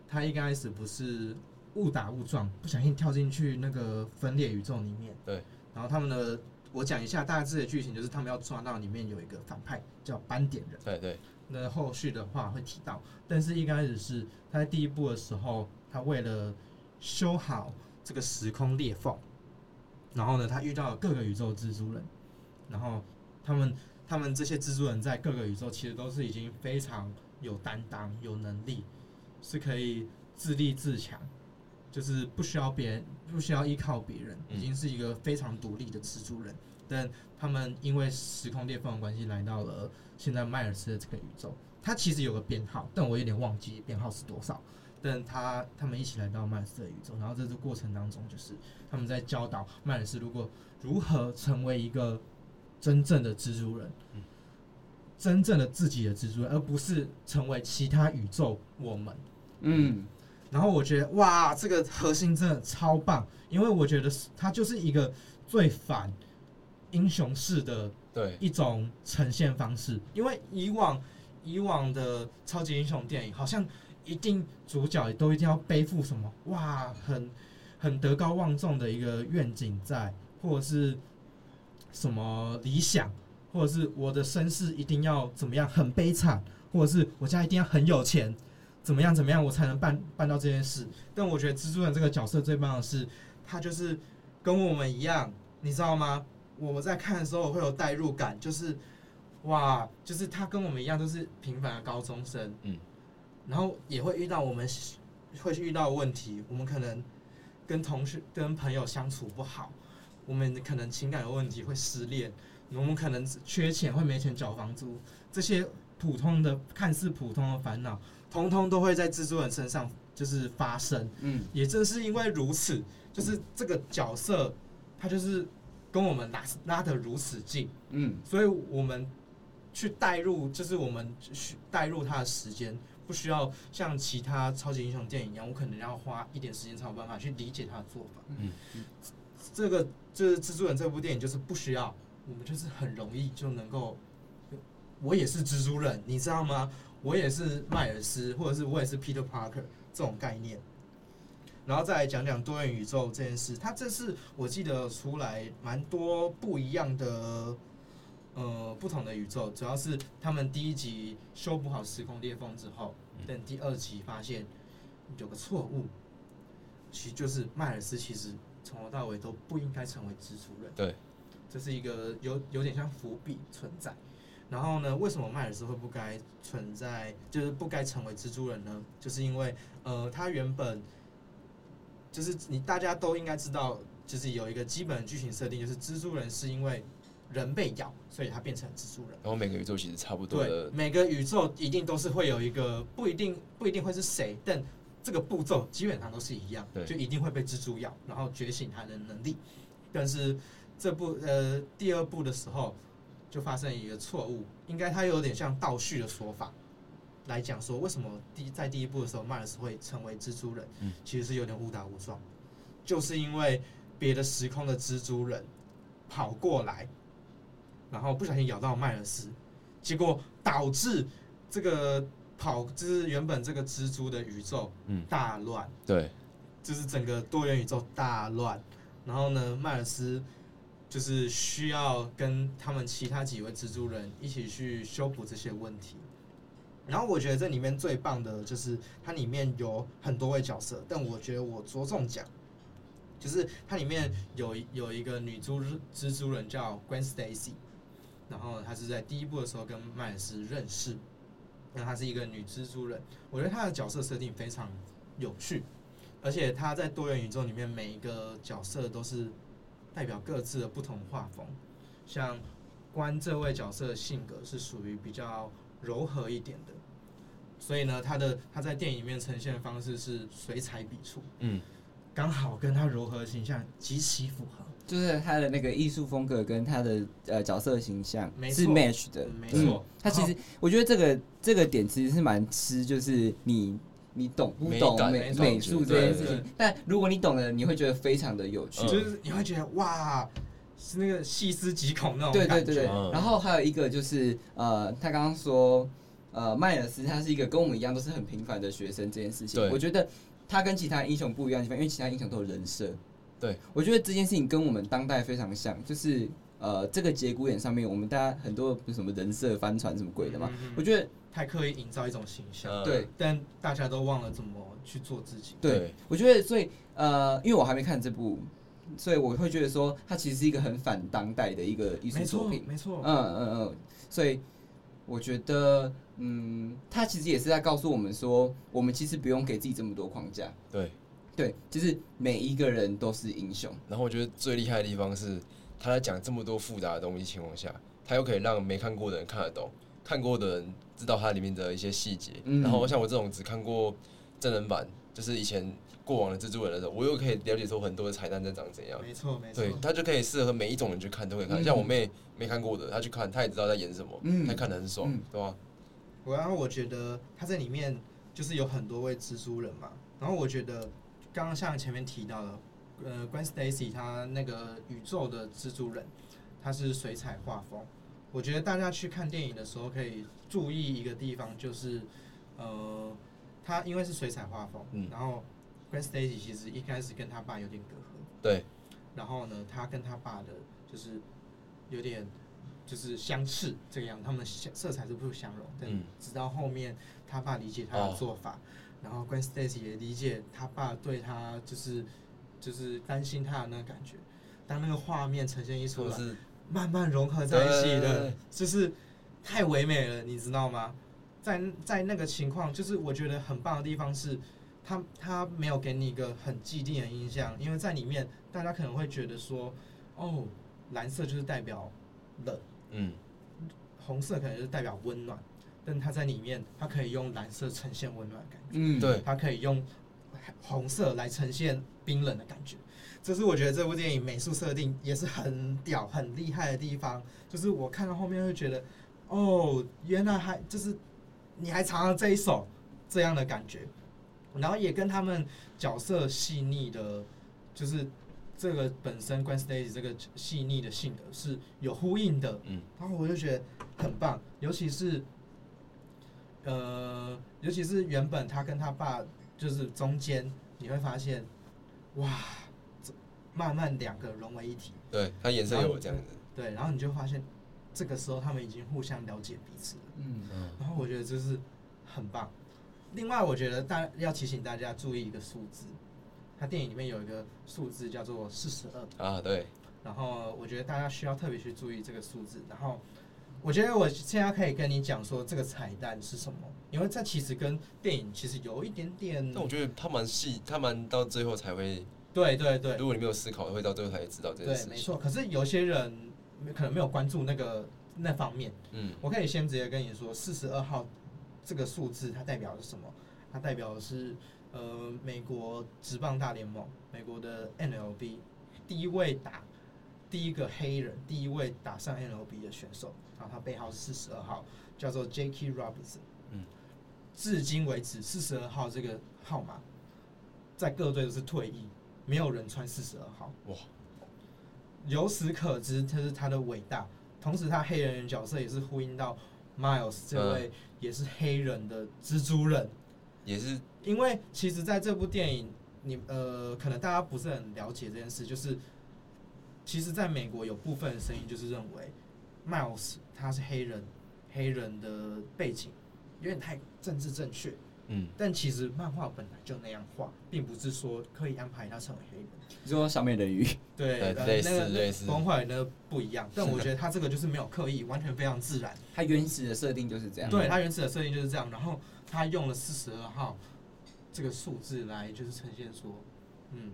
Speaker 2: 他一开始不是误打误撞，不小心跳进去那个分裂宇宙里面，
Speaker 4: 对，
Speaker 2: 然后他们的我讲一下大致的剧情，就是他们要抓到里面有一个反派叫斑点人。
Speaker 4: 对对，
Speaker 2: 那后续的话会提到，但是一开始是他在第一部的时候，他为了修好这个时空裂缝，然后呢，他遇到了各个宇宙蜘蛛人，然后他们他们这些蜘蛛人在各个宇宙其实都是已经非常有担当、有能力，是可以自立自强，就是不需要别人，不需要依靠别人，
Speaker 4: 嗯
Speaker 2: 已经是一个非常独立的蜘蛛人。但他们因为时空裂缝的关系，来到了现在迈尔斯的这个宇宙。他其实有个编号，但我有点忘记编号是多少。但他他们一起来到迈尔斯的宇宙，然后在这过程当中，就是他们在教导迈尔斯如果如何成为一个真正的蜘蛛人，真正的自己的蜘蛛人，而不是成为其他宇宙我们。
Speaker 1: 嗯
Speaker 2: 然后我觉得哇，这个核心真的超棒，因为我觉得是它就是一个最反英雄式的
Speaker 4: 对，
Speaker 2: 一种呈现方式。因为以往以往的超级英雄电影，好像一定主角都一定要背负什么哇，很很德高望重的一个愿景在，或者是什么理想，或者是我的身世一定要怎么样很悲惨，或者是我家一定要很有钱。怎么样？怎么样，我才能办办到这件事？但我觉得蜘蛛人这个角色最棒的是，他就是跟我们一样，你知道吗？我在看的时候我会有代入感，就是哇，就是他跟我们一样都是平凡的高中生，
Speaker 4: 嗯，
Speaker 2: 然后也会遇到我们会遇到的问题，我们可能跟同学、跟朋友相处不好，我们可能情感有问题会失恋，我们可能缺钱会没钱缴房租，这些普通的看似普通的烦恼，通通都会在蜘蛛人身上就是发生。
Speaker 1: 嗯
Speaker 2: 也正是因为如此，就是这个角色，他就是跟我们拉拉得如此近，
Speaker 1: 嗯
Speaker 2: 所以我们去带入，就是我们去带入他的时间，不需要像其他超级英雄电影一样，我可能要花一点时间才有办法去理解他的做法。
Speaker 4: 嗯
Speaker 1: 嗯
Speaker 2: 这个就是蜘蛛人这部电影，就是不需要，我们就是很容易就能够。我也是蜘蛛人，你知道吗？我也是迈尔斯，或者是我也是 Peter Parker 这种概念。然后再来讲讲多元宇宙这件事，它这是我记得出来蛮多不一样的呃不同的宇宙，主要是他们第一集修补好时空裂缝之后，但第二集发现有个错误，其实就是迈尔斯其实从头到尾都不应该成为蜘蛛人。
Speaker 4: 对，
Speaker 2: 这是一个有有点像伏笔存在。然后呢，为什么迈尔斯会不该存在，就是不该成为蜘蛛人呢？就是因为呃，他原本就是你大家都应该知道，就是有一个基本的剧情设定，就是蜘蛛人是因为人被咬，所以他变成蜘蛛人。
Speaker 4: 然后每个宇宙其实差不多
Speaker 2: 对
Speaker 4: 的，，
Speaker 2: 每个宇宙一定都是会有一个不一定不一定会是谁，但这个步骤基本上都是一样
Speaker 4: 对，
Speaker 2: 就一定会被蜘蛛咬，然后觉醒他的能力。但是这部呃第二部的时候就发生一个错误，应该它有点像倒叙的说法来讲说，为什么第在第一部的时候迈尔斯会成为蜘蛛人，
Speaker 4: 嗯
Speaker 2: 其实是有点误打误撞，就是因为别的时空的蜘蛛人跑过来，然后不小心咬到迈尔斯，结果导致这个跑就是原本这个蜘蛛的宇宙
Speaker 4: 嗯
Speaker 2: 大乱，
Speaker 4: 对，
Speaker 2: 就是整个多元宇宙大乱。然后呢，迈尔斯就是需要跟他们其他几位蜘蛛人一起去修补这些问题。然后我觉得这里面最棒的就是它里面有很多位角色，但我觉得我着重讲，就是它里面有有一个女蜘蛛蜘蛛人叫 Gwen Stacy，然后她是在第一部的时候跟迈尔斯认识，那她是一个女蜘蛛人，我觉得她的角色设定非常有趣，而且她在多元宇宙里面每一个角色都是代表各自的不同画风，像关这位角色的性格是属于比较柔和一点的，所以呢，他的他在电影里面呈现的方式是水彩笔触，
Speaker 4: 嗯，
Speaker 2: 刚好跟他柔和的形象极其符合。
Speaker 1: 就是他的那个艺术风格跟他的呃角色形象
Speaker 2: 没
Speaker 1: 是
Speaker 2: 错
Speaker 1: match 的
Speaker 2: 嗯，没
Speaker 1: 嗯
Speaker 2: 错
Speaker 1: 他其实我觉得这个这个点其实是蛮吃，就是你你懂不
Speaker 4: 美
Speaker 1: 懂
Speaker 4: 感
Speaker 1: 美
Speaker 4: 美
Speaker 5: 感
Speaker 1: 美术这件事
Speaker 5: 对
Speaker 1: 情，但如果你懂了，你会觉得非常的有趣。
Speaker 4: 嗯
Speaker 2: 就是你会觉得哇，是那个细思极恐那种
Speaker 1: 对
Speaker 2: 感觉。
Speaker 1: 对对对，
Speaker 4: 嗯
Speaker 1: 然后还有一个就是呃，他刚刚说呃，迈尔斯他是一个跟我们一样都是很平凡的学生这件事情
Speaker 4: 对，
Speaker 1: 我觉得他跟其他英雄不一样的地方，因为其他英雄都有人设。
Speaker 4: 对，
Speaker 1: 我觉得这件事情跟我们当代非常像，就是呃，这个节骨眼上面，我们大家很多什么人设翻船什么鬼的嘛，
Speaker 2: 嗯嗯嗯
Speaker 1: 我觉得
Speaker 2: 太刻意营造一种形象，
Speaker 4: 嗯
Speaker 1: 对。
Speaker 2: 但大家都忘了怎么去做自己。
Speaker 1: 对，
Speaker 4: 对
Speaker 1: 我觉得所以呃，因为我还没看这部，所以我会觉得说它其实是一个很反当代的一个艺术
Speaker 2: 没
Speaker 1: 作
Speaker 2: 错，
Speaker 1: 品。
Speaker 2: 没错
Speaker 1: 嗯。嗯嗯，所以我觉得嗯，它其实也是在告诉我们说，我们其实不用给自己这么多框架。
Speaker 4: 对。
Speaker 1: 对，就是每一个人都是英雄。
Speaker 4: 然后我觉得最厉害的地方是，他在讲这么多复杂的东西情况下，他又可以让没看过的人看得懂，看过的人知道它里面的一些细节。
Speaker 1: 嗯
Speaker 4: 然后像我这种只看过真人版，就是以前过往的蜘蛛人的时候，我又可以了解出很多的彩蛋在长怎样。
Speaker 2: 没错，没错
Speaker 4: 对，，他就可以适合每一种人去看，都可以看。
Speaker 1: 嗯
Speaker 4: 像我妹没看过的，她去看，她也知道在演什么，
Speaker 1: 嗯
Speaker 4: 她看得很爽
Speaker 1: 嗯，
Speaker 4: 对吧？
Speaker 2: 我然后我觉得他在里面就是有很多位蜘蛛人嘛，然后我觉得刚刚像前面提到的，呃，Gwen Stacy 他那个宇宙的蜘蛛人，他是水彩画风。我觉得大家去看电影的时候可以注意一个地方，就是呃，他因为是水彩画风，
Speaker 4: 嗯
Speaker 2: 然后 Gwen Stacy 其实一开始跟他爸有点隔阂，
Speaker 4: 对，
Speaker 2: 然后呢，他跟他爸的就是有点就是相似这个样，他们相色彩是不相容。但
Speaker 4: 嗯
Speaker 2: 直到后面他爸理解他的
Speaker 4: 哦
Speaker 2: 做法，然后 Gwen Stacy 也理解他爸对他就是就是担心他的那个感觉。当那个画面呈现一出
Speaker 4: 就
Speaker 2: 来，
Speaker 4: 是
Speaker 2: 慢慢融合在一起
Speaker 4: 对对
Speaker 2: 的
Speaker 4: 对，
Speaker 2: 就是太唯美了，你知道吗？在在那个情况，就是我觉得很棒的地方是，他他没有给你一个很既定的印象，因为在里面大家可能会觉得说，哦，蓝色就是代表冷，
Speaker 4: 嗯，
Speaker 2: 红色可能就是代表温暖，但他在里面，他可以用蓝色呈现温暖的感觉。
Speaker 1: 嗯，
Speaker 4: 对，
Speaker 2: 它可以用红色来呈现冰冷的感觉。这是我觉得这部电影美术设定也是很屌、很厉害的地方。就是我看到后面会觉得，哦，原来还就是你还藏了这一手这样的感觉，然后也跟他们角色细腻的，就是这个本身 Gwen Stacy 这个细腻的性格是有呼应的。
Speaker 4: 嗯，
Speaker 2: 然后我就觉得很棒，尤其是呃，尤其是原本他跟他爸就是中间，你会发现，哇，这慢慢两个融为一体，
Speaker 4: 对，她颜色有这样子，
Speaker 2: 对，然后你就发现这个时候他们已经互相了解彼此了，
Speaker 1: 嗯
Speaker 4: 嗯，
Speaker 2: 然后我觉得这是很棒。另外，我觉得大要提醒大家注意一个数字，它电影里面有一个数字叫做四十二，
Speaker 4: 啊，对，
Speaker 2: 然后我觉得大家需要特别去注意这个数字。然后我觉得我现在可以跟你讲说这个彩蛋是什么，因为这其实跟电影其实有一点点
Speaker 4: 但，我觉得她蛮细，她蛮到最后才会，
Speaker 2: 对对对
Speaker 4: 如果你没有思考，会到最后才知道这件
Speaker 2: 对，
Speaker 4: 事
Speaker 2: 没
Speaker 4: 情。
Speaker 2: 错。可是有些人可能没有关注那个那方面，
Speaker 4: 嗯，
Speaker 2: 我可以先直接跟你说，四十二号这个数字它代表的是什么？它代表的是呃美国职棒大联盟，美国的 NLB 第一位打第一个黑人，第一位打上 NLB 的选手，然后他背号是四十二号，叫做 J.K. Robinson。
Speaker 4: 嗯，
Speaker 2: 至今为止，四十二号这个号码在各队都是退役，没有人穿四十二号。
Speaker 4: 哇，
Speaker 2: 由此可知，这是他的伟大。同时，他黑人的角色也是呼应到 Miles 这位也是黑人的蜘蛛人，
Speaker 4: 也是
Speaker 2: 因为其实在这部电影，你呃，可能大家不是很了解这件事，就是其实在美国有部分的声音就是认为 Miles 他是黑人，黑人的背景有点太政治正确，
Speaker 4: 嗯，
Speaker 2: 但其实漫画本来就那样画，并不是说刻意安排他成为黑人。
Speaker 1: 你说小美人鱼，
Speaker 2: 对，
Speaker 4: 呃
Speaker 2: 呃
Speaker 4: 类
Speaker 2: 那个
Speaker 4: 似类似
Speaker 2: 崩坏那个不一样，但我觉得他这个就是没有刻意，完全非常自然。
Speaker 1: 它原始的设定就是这样。
Speaker 2: 对，他原始的设定就是这样，然后他用了四十二号这个数字来就是呈现说，嗯，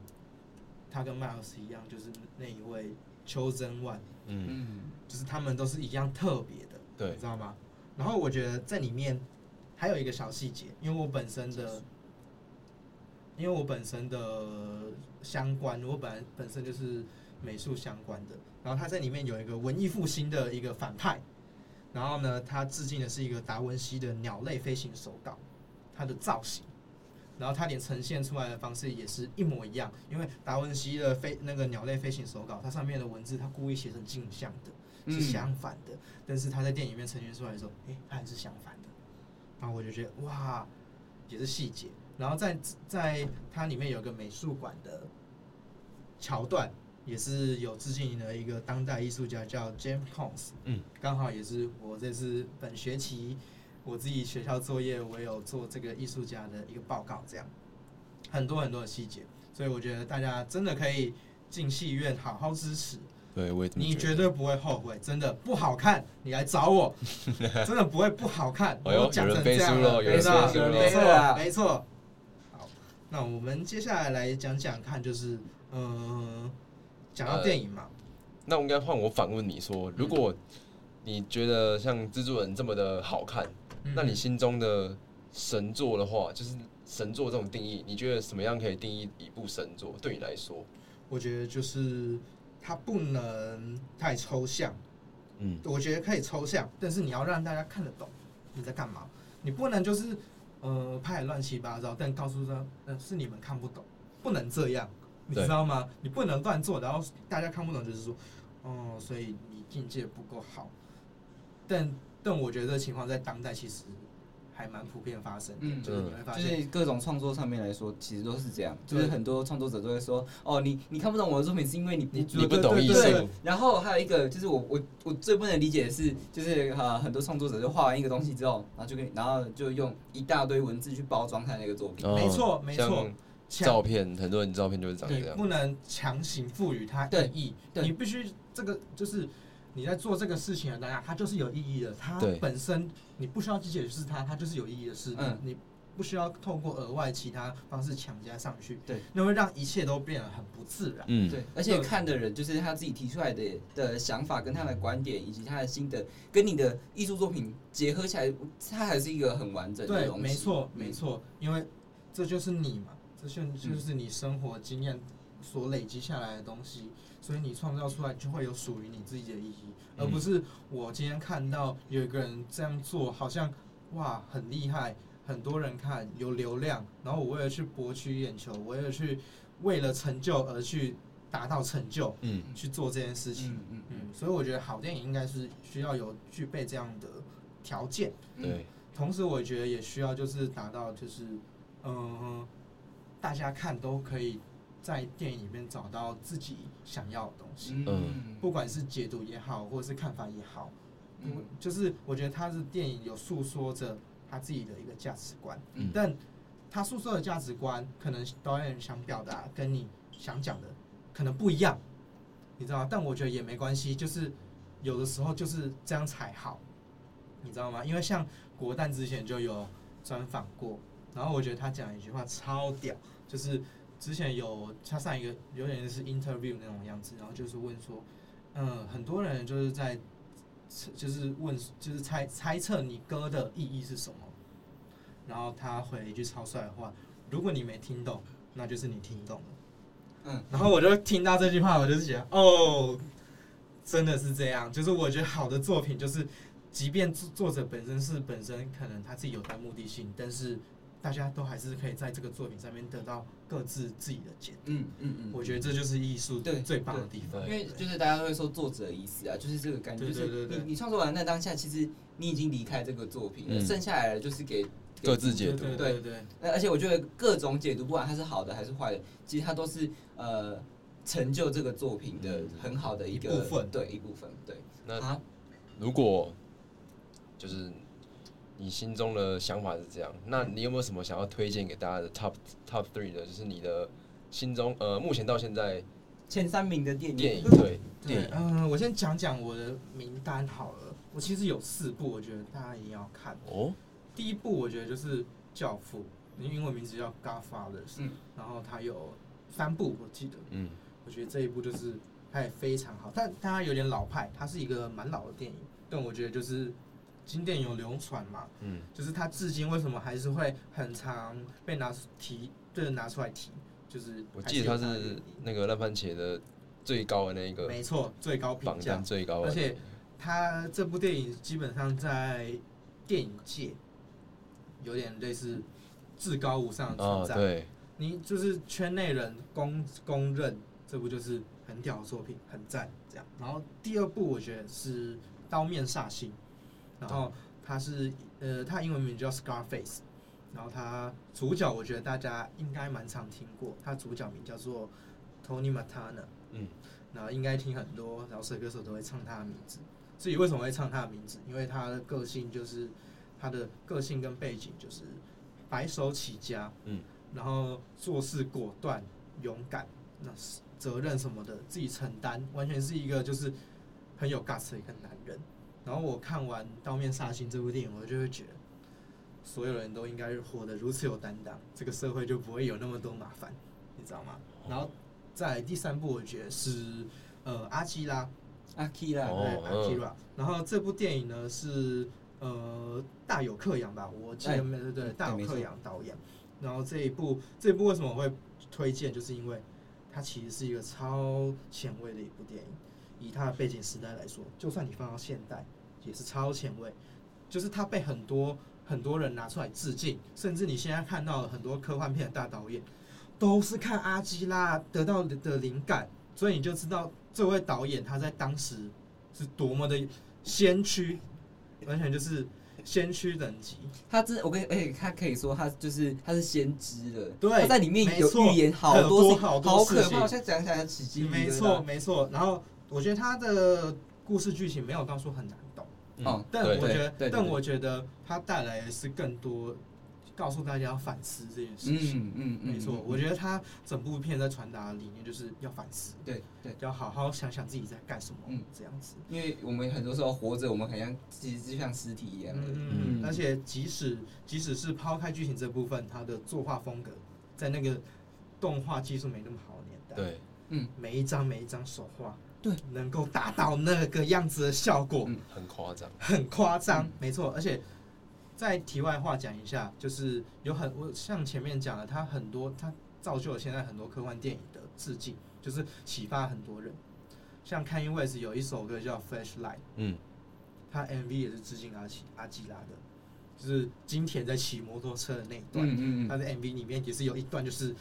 Speaker 2: 他跟迈尔斯一样，就是那一位秋真万，
Speaker 4: 嗯，
Speaker 1: 嗯
Speaker 2: 就是他们都是一样特别的，
Speaker 4: 对
Speaker 2: 你知道吗？然后我觉得在里面还有一个小细节，因为我本身的，因为我本身的相关，我本来本身就是美术相关的，然后它在里面有一个文艺复兴的一个反派，然后呢，它致敬的是一个达文西的鸟类飞行手稿，它的造型。然后它连呈现出来的方式也是一模一样，因为达文西的飞那个鸟类飞行手稿，它上面的文字它故意写成镜像的，是相反的，但是它在电影里面呈现出来的时候，诶，它还是相反的。然后我就觉得哇，也是细节。然后在在它里面有个美术馆的桥段，也是有致敬的一个当代艺术家叫 James Cons，
Speaker 4: 嗯，
Speaker 2: 刚好也是我这次本学期我自己学校作业，我有做这个艺术家的一个报告，这样很多很多的细节，所以我觉得大家真的可以进戏院好好支持，
Speaker 4: 对，我也这么
Speaker 2: 你
Speaker 4: 觉
Speaker 2: 绝对不会后悔，真的不好看，你来找 我，真的不会不好看。
Speaker 4: 哎呦
Speaker 2: 我讲成
Speaker 4: 有人
Speaker 2: 这
Speaker 4: 背
Speaker 2: 样
Speaker 4: 书
Speaker 2: 了，
Speaker 4: 了有人
Speaker 2: 没错
Speaker 1: 背书了
Speaker 2: 没
Speaker 1: 有人背
Speaker 2: 错，
Speaker 1: 了
Speaker 2: 没错。好，那我们接下来来讲讲看，就是嗯，讲
Speaker 4: 呃
Speaker 2: 到电影嘛，
Speaker 4: 那我应该换我反问你说，如果你觉得像蜘蛛人这么的好看，
Speaker 2: 嗯
Speaker 4: 那你心中的神作的话，就是神作这种定义，你觉得什么样可以定义一部神作？对你来说，
Speaker 2: 我觉得就是它不能太抽象，
Speaker 4: 嗯，
Speaker 2: 我觉得可以抽象，但是你要让大家看得懂你在干嘛，你不能就是呃拍得乱七八糟，但告诉他那是你们看不懂，不能这样，你
Speaker 4: 对
Speaker 2: 知道吗？你不能乱做，然后大家看不懂就是说，哦、所以你境界不够好，但但我觉得这情况在当代其实还蛮普遍发生的，
Speaker 1: 嗯
Speaker 2: 就是你会发
Speaker 1: 就
Speaker 2: 现。
Speaker 1: 是各种创作上面来说，其实都是这样，
Speaker 2: 对
Speaker 1: 就是很多创作者都会说，哦，你你看不懂我的作品是因为你
Speaker 2: 你
Speaker 1: 不
Speaker 4: 你不懂
Speaker 1: 对
Speaker 4: 艺
Speaker 1: 对
Speaker 4: 术，
Speaker 1: 然后还有一个就是我我我最不能理解的是，就是呃很多创作者就画完一个东西之后，然后就跟然后就用一大堆文字去包装他那个作品。
Speaker 2: 没错
Speaker 4: 哦
Speaker 2: 没错，
Speaker 4: 像
Speaker 2: 强
Speaker 4: 照片很多人照片就是长这
Speaker 2: 你
Speaker 4: 样，
Speaker 2: 不能强行赋予它
Speaker 1: 对
Speaker 2: 意义，
Speaker 1: 对
Speaker 2: 你必须这个就是你在做这个事情的当下，它就是有意义的，它
Speaker 4: 对
Speaker 2: 本身你不需要去解释它，它就是有意义的事，
Speaker 1: 嗯
Speaker 2: 你不需要透过额外其他方式强加上去，
Speaker 1: 对，
Speaker 2: 那会让一切都变得很不自然。
Speaker 4: 嗯，
Speaker 1: 对，而且看的人就是他自己提出来的的想法、跟他的观点以及他的心得，跟你的艺术作品结合起来，它还是一个很完整的
Speaker 2: 对，
Speaker 1: 东西。
Speaker 2: 没错，
Speaker 1: 嗯嗯
Speaker 2: 没。错，因为这就是你嘛，这就就是你生活经验所累积下来的东西，所以你创造出来就会有属于你自己的意义，而
Speaker 1: 嗯
Speaker 2: 不是我今天看到有一个人这样做，好像哇很厉害，很多人看有流量，然后我为了去博取眼球，我为了去为了成就而去达到成就
Speaker 4: 嗯，
Speaker 2: 去做这件事情。
Speaker 1: 嗯嗯嗯，
Speaker 2: 嗯，所以我觉得好电影应该是需要有具备这样的条件。
Speaker 1: 嗯
Speaker 4: 对，
Speaker 2: 同时，我觉得也需要就是达到就是，嗯，大家看都可以在电影里面找到自己想要的东西，
Speaker 4: 嗯
Speaker 2: 不管是解读也好，或者是看法也好，
Speaker 1: 嗯
Speaker 2: 就是我觉得他是电影有诉说着他自己的一个价值观，
Speaker 4: 嗯
Speaker 2: 但他诉说的价值观可能导演想表达跟你想讲的可能不一样，你知道吗？但我觉得也没关系，就是有的时候就是这样才好，你知道吗？因为像国蛋之前就有专访过，然后我觉得他讲一句话超屌，就是之前有他上一个有点是 interview 那种样子，然后就是问说，嗯，很多人就是在就是问就是猜猜测你歌的意义是什么，然后他回了一句超帅的话，如果你没听懂，那就是你听懂了。
Speaker 1: 嗯，
Speaker 2: 然后我就听到这句话，我就是觉得哦，真的是这样。就是我觉得好的作品，就是即便作作者本身是本身可能他自己有他目的性，但是大家都还是可以在这个作品上面得到各自自己的解读。
Speaker 1: 嗯嗯嗯，
Speaker 2: 我觉得这就是艺术
Speaker 1: 对
Speaker 2: 最棒的地方。
Speaker 1: 因为就是大家都会说作者已死啊，就是这个感觉，
Speaker 2: 对对
Speaker 1: 就是
Speaker 2: 对对
Speaker 1: 你你创作完那当下，其实你已经离开这个作品了，
Speaker 4: 嗯
Speaker 1: 剩下来的就是给
Speaker 4: 各自
Speaker 2: 对
Speaker 4: 解读
Speaker 2: 对，对对，
Speaker 1: 那而且我觉得各种解读，不管它是好的还是坏的，其实它都是呃成就这个作品的很好的一个
Speaker 2: 嗯一部分
Speaker 1: 对一部分，对。
Speaker 4: 那
Speaker 1: 啊，
Speaker 4: 如果就是你心中的想法是这样，那你有没有什么想要推荐给大家的 top top three 的？就是你的心中呃，目前到现在
Speaker 1: 前三名的电影，
Speaker 4: 电影对电
Speaker 2: 对，
Speaker 4: 影
Speaker 2: 嗯、我先讲讲我的名单好了。我其实有四部，我觉得大家一定要看。
Speaker 4: 哦，
Speaker 2: 第一部我觉得就是《教父》，英文名字叫《Godfathers》，
Speaker 1: 嗯
Speaker 2: 然后它有三部我记得，
Speaker 4: 嗯
Speaker 2: 我觉得这一部就是它也非常好，但它有点老派，它是一个蛮老的电影，但我觉得就是经典有流传嘛，
Speaker 4: 嗯，
Speaker 2: 就是它至今为什么还是会很常被拿出提，对拿出来提，就是
Speaker 4: 我
Speaker 2: 还
Speaker 4: 记得它
Speaker 2: 有它的
Speaker 4: 是
Speaker 2: 原因
Speaker 4: 那个烂番茄的最高的那一个
Speaker 2: 没错最高评
Speaker 4: 榜
Speaker 2: 价
Speaker 4: 单，最高的，
Speaker 2: 而且他这部电影基本上在电影界有点类似至高无上的
Speaker 4: 啊
Speaker 2: 存在。
Speaker 4: 对，
Speaker 2: 你就是圈内人公公认，这部就是很屌的作品，很赞这样。然后第二部我觉得是《刀面煞星》，然后它是呃，它英文名叫 Scarface，然后它主角我觉得大家应该蛮常听过，它主角名叫做 Tony Montana，
Speaker 4: 嗯，
Speaker 2: 然后应该听很多饶舌歌手都会唱他的名字。至于为什么会唱他的名字，因为他的个性就是他的个性跟背景就是白手起家，然后做事果断、勇敢，那是责任什么的自己承担，完全是一个就是很有 guts 的一个男人。然后我看完《刀面煞星》这部电影，我就会觉得，所有人都应该活得如此有担当，这个社会就不会有那么多麻烦，你知道吗？然后在第三部，我觉得是呃阿基拉，
Speaker 1: 阿 k 啦，
Speaker 4: 哦
Speaker 2: 对阿基拉。然后这部电影呢是呃大有克洋吧，我记
Speaker 1: 哎
Speaker 2: 得没对对，大
Speaker 1: 没
Speaker 2: 有
Speaker 1: 错
Speaker 2: 克洋导演。然后这一部这一部为什么我会推荐，就是因为它其实是一个超前卫的一部电影。以它的背景时代来说，就算你放到现代，也是超前卫。就是它被很多很多人拿出来致敬，甚至你现在看到的很多科幻片的大导演，都是看阿基拉得到的的灵感，所以你就知道这位导演他在当时是多么的先驱，完全就是先驱等级。
Speaker 1: 他真的我跟而且他可以说他就是他是先知的，
Speaker 2: 对
Speaker 1: 他在里面有
Speaker 2: 没错
Speaker 1: 预言好
Speaker 2: 很多
Speaker 1: 事
Speaker 2: 好多
Speaker 1: 好
Speaker 2: 事
Speaker 1: 可
Speaker 2: 情
Speaker 1: 怕，我现在讲起来起鸡皮疙瘩
Speaker 2: 没错，，没错。然后我觉得他的故事剧情没有到说很难懂，
Speaker 1: 哦
Speaker 4: 嗯，
Speaker 2: 但
Speaker 4: 对
Speaker 2: 我觉
Speaker 1: 对对对
Speaker 2: 得，但
Speaker 1: 对
Speaker 2: 我觉得他带来的是更多告诉大家要反思这件事情。
Speaker 1: 嗯嗯嗯，
Speaker 2: 没错，我觉得他整部片在传达的理念就是要反思，
Speaker 1: 对对，
Speaker 2: 要好好想想自己在干什么，
Speaker 1: 嗯
Speaker 2: 这样子。
Speaker 1: 因为我们很多时候活着，我们好像其实就像尸体一样的，
Speaker 2: 嗯
Speaker 1: 嗯
Speaker 2: 嗯，而且即使即使是抛开剧情这部分，它的作画风格在那个动画技术没那么好的年代，，
Speaker 4: 对，
Speaker 1: 嗯
Speaker 2: 每一张每一张手画，
Speaker 1: 对，
Speaker 2: 能够达到那个样子的效果，
Speaker 1: 嗯
Speaker 4: 很夸张，
Speaker 2: 很夸张
Speaker 1: 嗯，
Speaker 2: 没错。而且在题外话讲一下，就是有很我像前面讲的，它很多它造就了现在很多科幻电影的致敬，就是启发很多人。像 Kanye West 有一首歌叫《Flashlight》。
Speaker 4: 嗯，
Speaker 2: 他 MV 也是致敬阿基阿基拉的，就是金田在骑摩托车的那一段，
Speaker 1: 嗯嗯
Speaker 2: 他
Speaker 1: 嗯，
Speaker 2: 的 MV 里面也是有一段，就是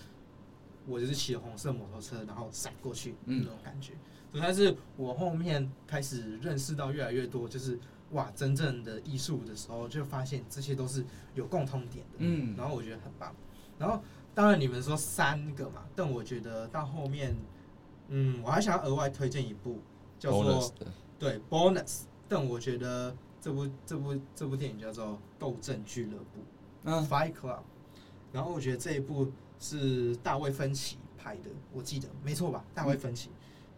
Speaker 2: 我就是骑着红色摩托车，然后闪过去、
Speaker 1: 嗯
Speaker 2: 那种感觉。所以但是我后面开始认识到越来越多，就是哇，真正的艺术的时候，就发现这些都是有共通点的。
Speaker 1: 嗯
Speaker 2: 然后我觉得很棒。然后当然你们说三个嘛，但我觉得到后面，嗯，我还想要额外推荐一部叫做
Speaker 4: bonus 的
Speaker 2: 对 bonus，但我觉得这部这部这部电影叫做《斗阵俱乐部》
Speaker 1: 嗯
Speaker 2: （Fight Club），然后我觉得这一部是大卫芬奇拍的，我记得没错吧？大卫芬奇。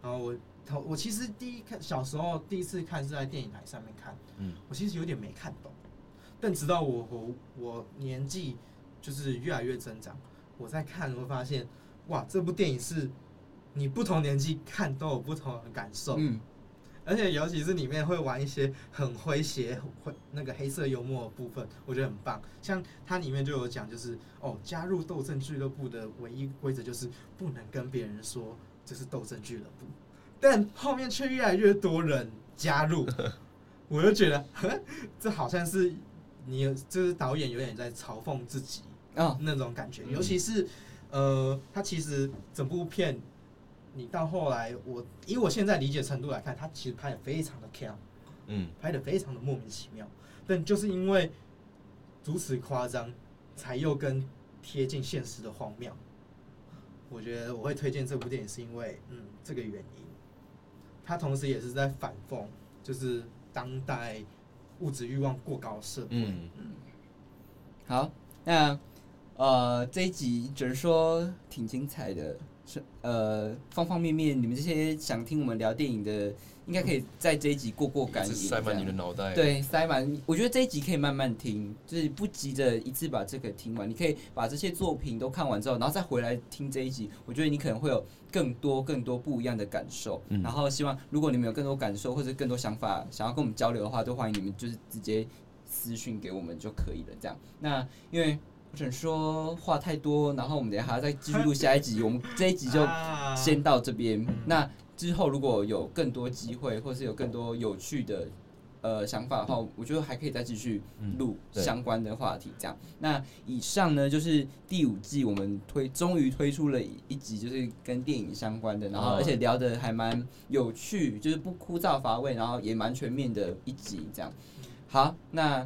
Speaker 2: 然后我头我其实第一看小时候第一次看是在电影台上面看，
Speaker 4: 嗯，
Speaker 2: 我其实有点没看懂，但直到我我我年纪就是越来越增长，我在看我发现，哇，这部电影是你不同年纪看都有不同的感受，
Speaker 1: 嗯
Speaker 2: 而且尤其是里面会玩一些很诙谐、会那个黑色幽默的部分，我觉得很棒。像它里面就有讲，就是哦，加入斗争俱乐部的唯一规则就是不能跟别人说这是斗争俱乐部，但后面却越来越多人加入，我就觉得 呵这好像是你有就是导演有点在嘲讽自己
Speaker 1: 啊，
Speaker 2: 那种感觉，
Speaker 4: 嗯
Speaker 2: 尤其是呃，它其实整部片，你到后来我以我现在理解程度来看，它其实拍的非常的 c
Speaker 4: 嗯，
Speaker 2: 拍的非常的莫名其妙，但就是因为如此夸张，才又跟贴近现实的荒谬。我觉得我会推荐这部电影，是因为嗯这个原因，它同时也是在反讽，就是当代物质欲望过高的社会。
Speaker 4: 嗯，
Speaker 1: 好，那呃，这一集只是说挺精彩的，是呃方方面面，你们这些想听我们聊电影的，应该可以在这一集过过感
Speaker 4: 一
Speaker 1: 瘾，
Speaker 4: 直塞满
Speaker 1: 这
Speaker 4: 你
Speaker 1: 样
Speaker 4: 的脑袋。，
Speaker 1: 对，塞满。我觉得这一集可以慢慢听，就是不急着一次把这个听完。你可以把这些作品都看完之后，然后再回来听这一集。我觉得你可能会有更多更多不一样的感受。
Speaker 4: 嗯
Speaker 1: 然后希望如果你们有更多感受或者更多想法想要跟我们交流的话，都欢迎你们就是直接私讯给我们就可以了。这样，那因为。我想说话太多，然后我们等一下还要再继续录下一集，我们这一集就
Speaker 5: 啊
Speaker 1: 先到这边。那之后如果有更多机会，或是有更多有趣的呃想法的
Speaker 5: 嗯
Speaker 1: 话，我觉得还可以再继续录
Speaker 4: 对
Speaker 1: 相关的话题。这样，那以上呢就是第五季我们推终于推出了一集，就是跟电影相关的，然后
Speaker 5: 啊
Speaker 4: 哦
Speaker 1: 而且聊的还蛮有趣，就是不枯燥乏味，然后也蛮全面的一集。这样，
Speaker 5: 嗯
Speaker 1: 好，那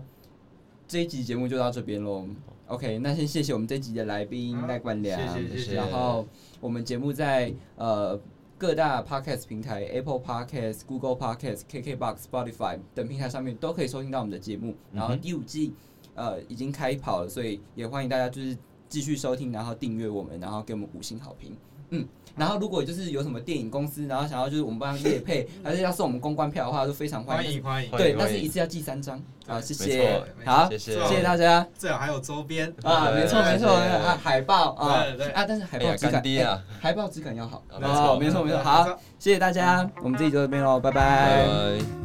Speaker 1: 这一集节目就到这边喽。OK，那先谢谢我们这集的来宾
Speaker 5: 好
Speaker 1: 赖冠良，
Speaker 5: 谢谢谢
Speaker 4: 谢
Speaker 1: 然后我们节目在呃各大 Podcast 平台，Apple Podcast、Google Podcast、KKBox、Spotify 等平台上面都可以收听到我们的节目。然后
Speaker 4: 嗯哼
Speaker 1: 第五季呃已经开跑了，所以也欢迎大家就是继续收听，然后订阅我们，然后给我们五星好评。嗯，然后如果就是有什么电影公司，然后想要就是我们帮他业配，还是要送我们公关票的话，都非常欢
Speaker 5: 欢
Speaker 1: 迎。
Speaker 5: 迎欢迎，
Speaker 4: 欢
Speaker 1: 对，
Speaker 4: 迎
Speaker 1: 但是一次要寄三张。好，谢
Speaker 4: 没
Speaker 1: 谢
Speaker 4: 错，
Speaker 1: 好，
Speaker 4: 谢谢
Speaker 1: 谢大家。
Speaker 5: 最好还有周边
Speaker 1: 啊，
Speaker 4: 对
Speaker 1: 没错没错，
Speaker 4: 对
Speaker 1: 啊海报啊
Speaker 5: 对对
Speaker 1: 啊，但是海
Speaker 4: 哎
Speaker 1: 报
Speaker 4: 呀，
Speaker 1: 质感
Speaker 4: 干，爹啊，
Speaker 1: 哎海报质感要好哦
Speaker 4: 啊
Speaker 1: 哦，没错没错，好，谢谢大家，我们这集就到这边喽，拜拜
Speaker 4: 拜拜。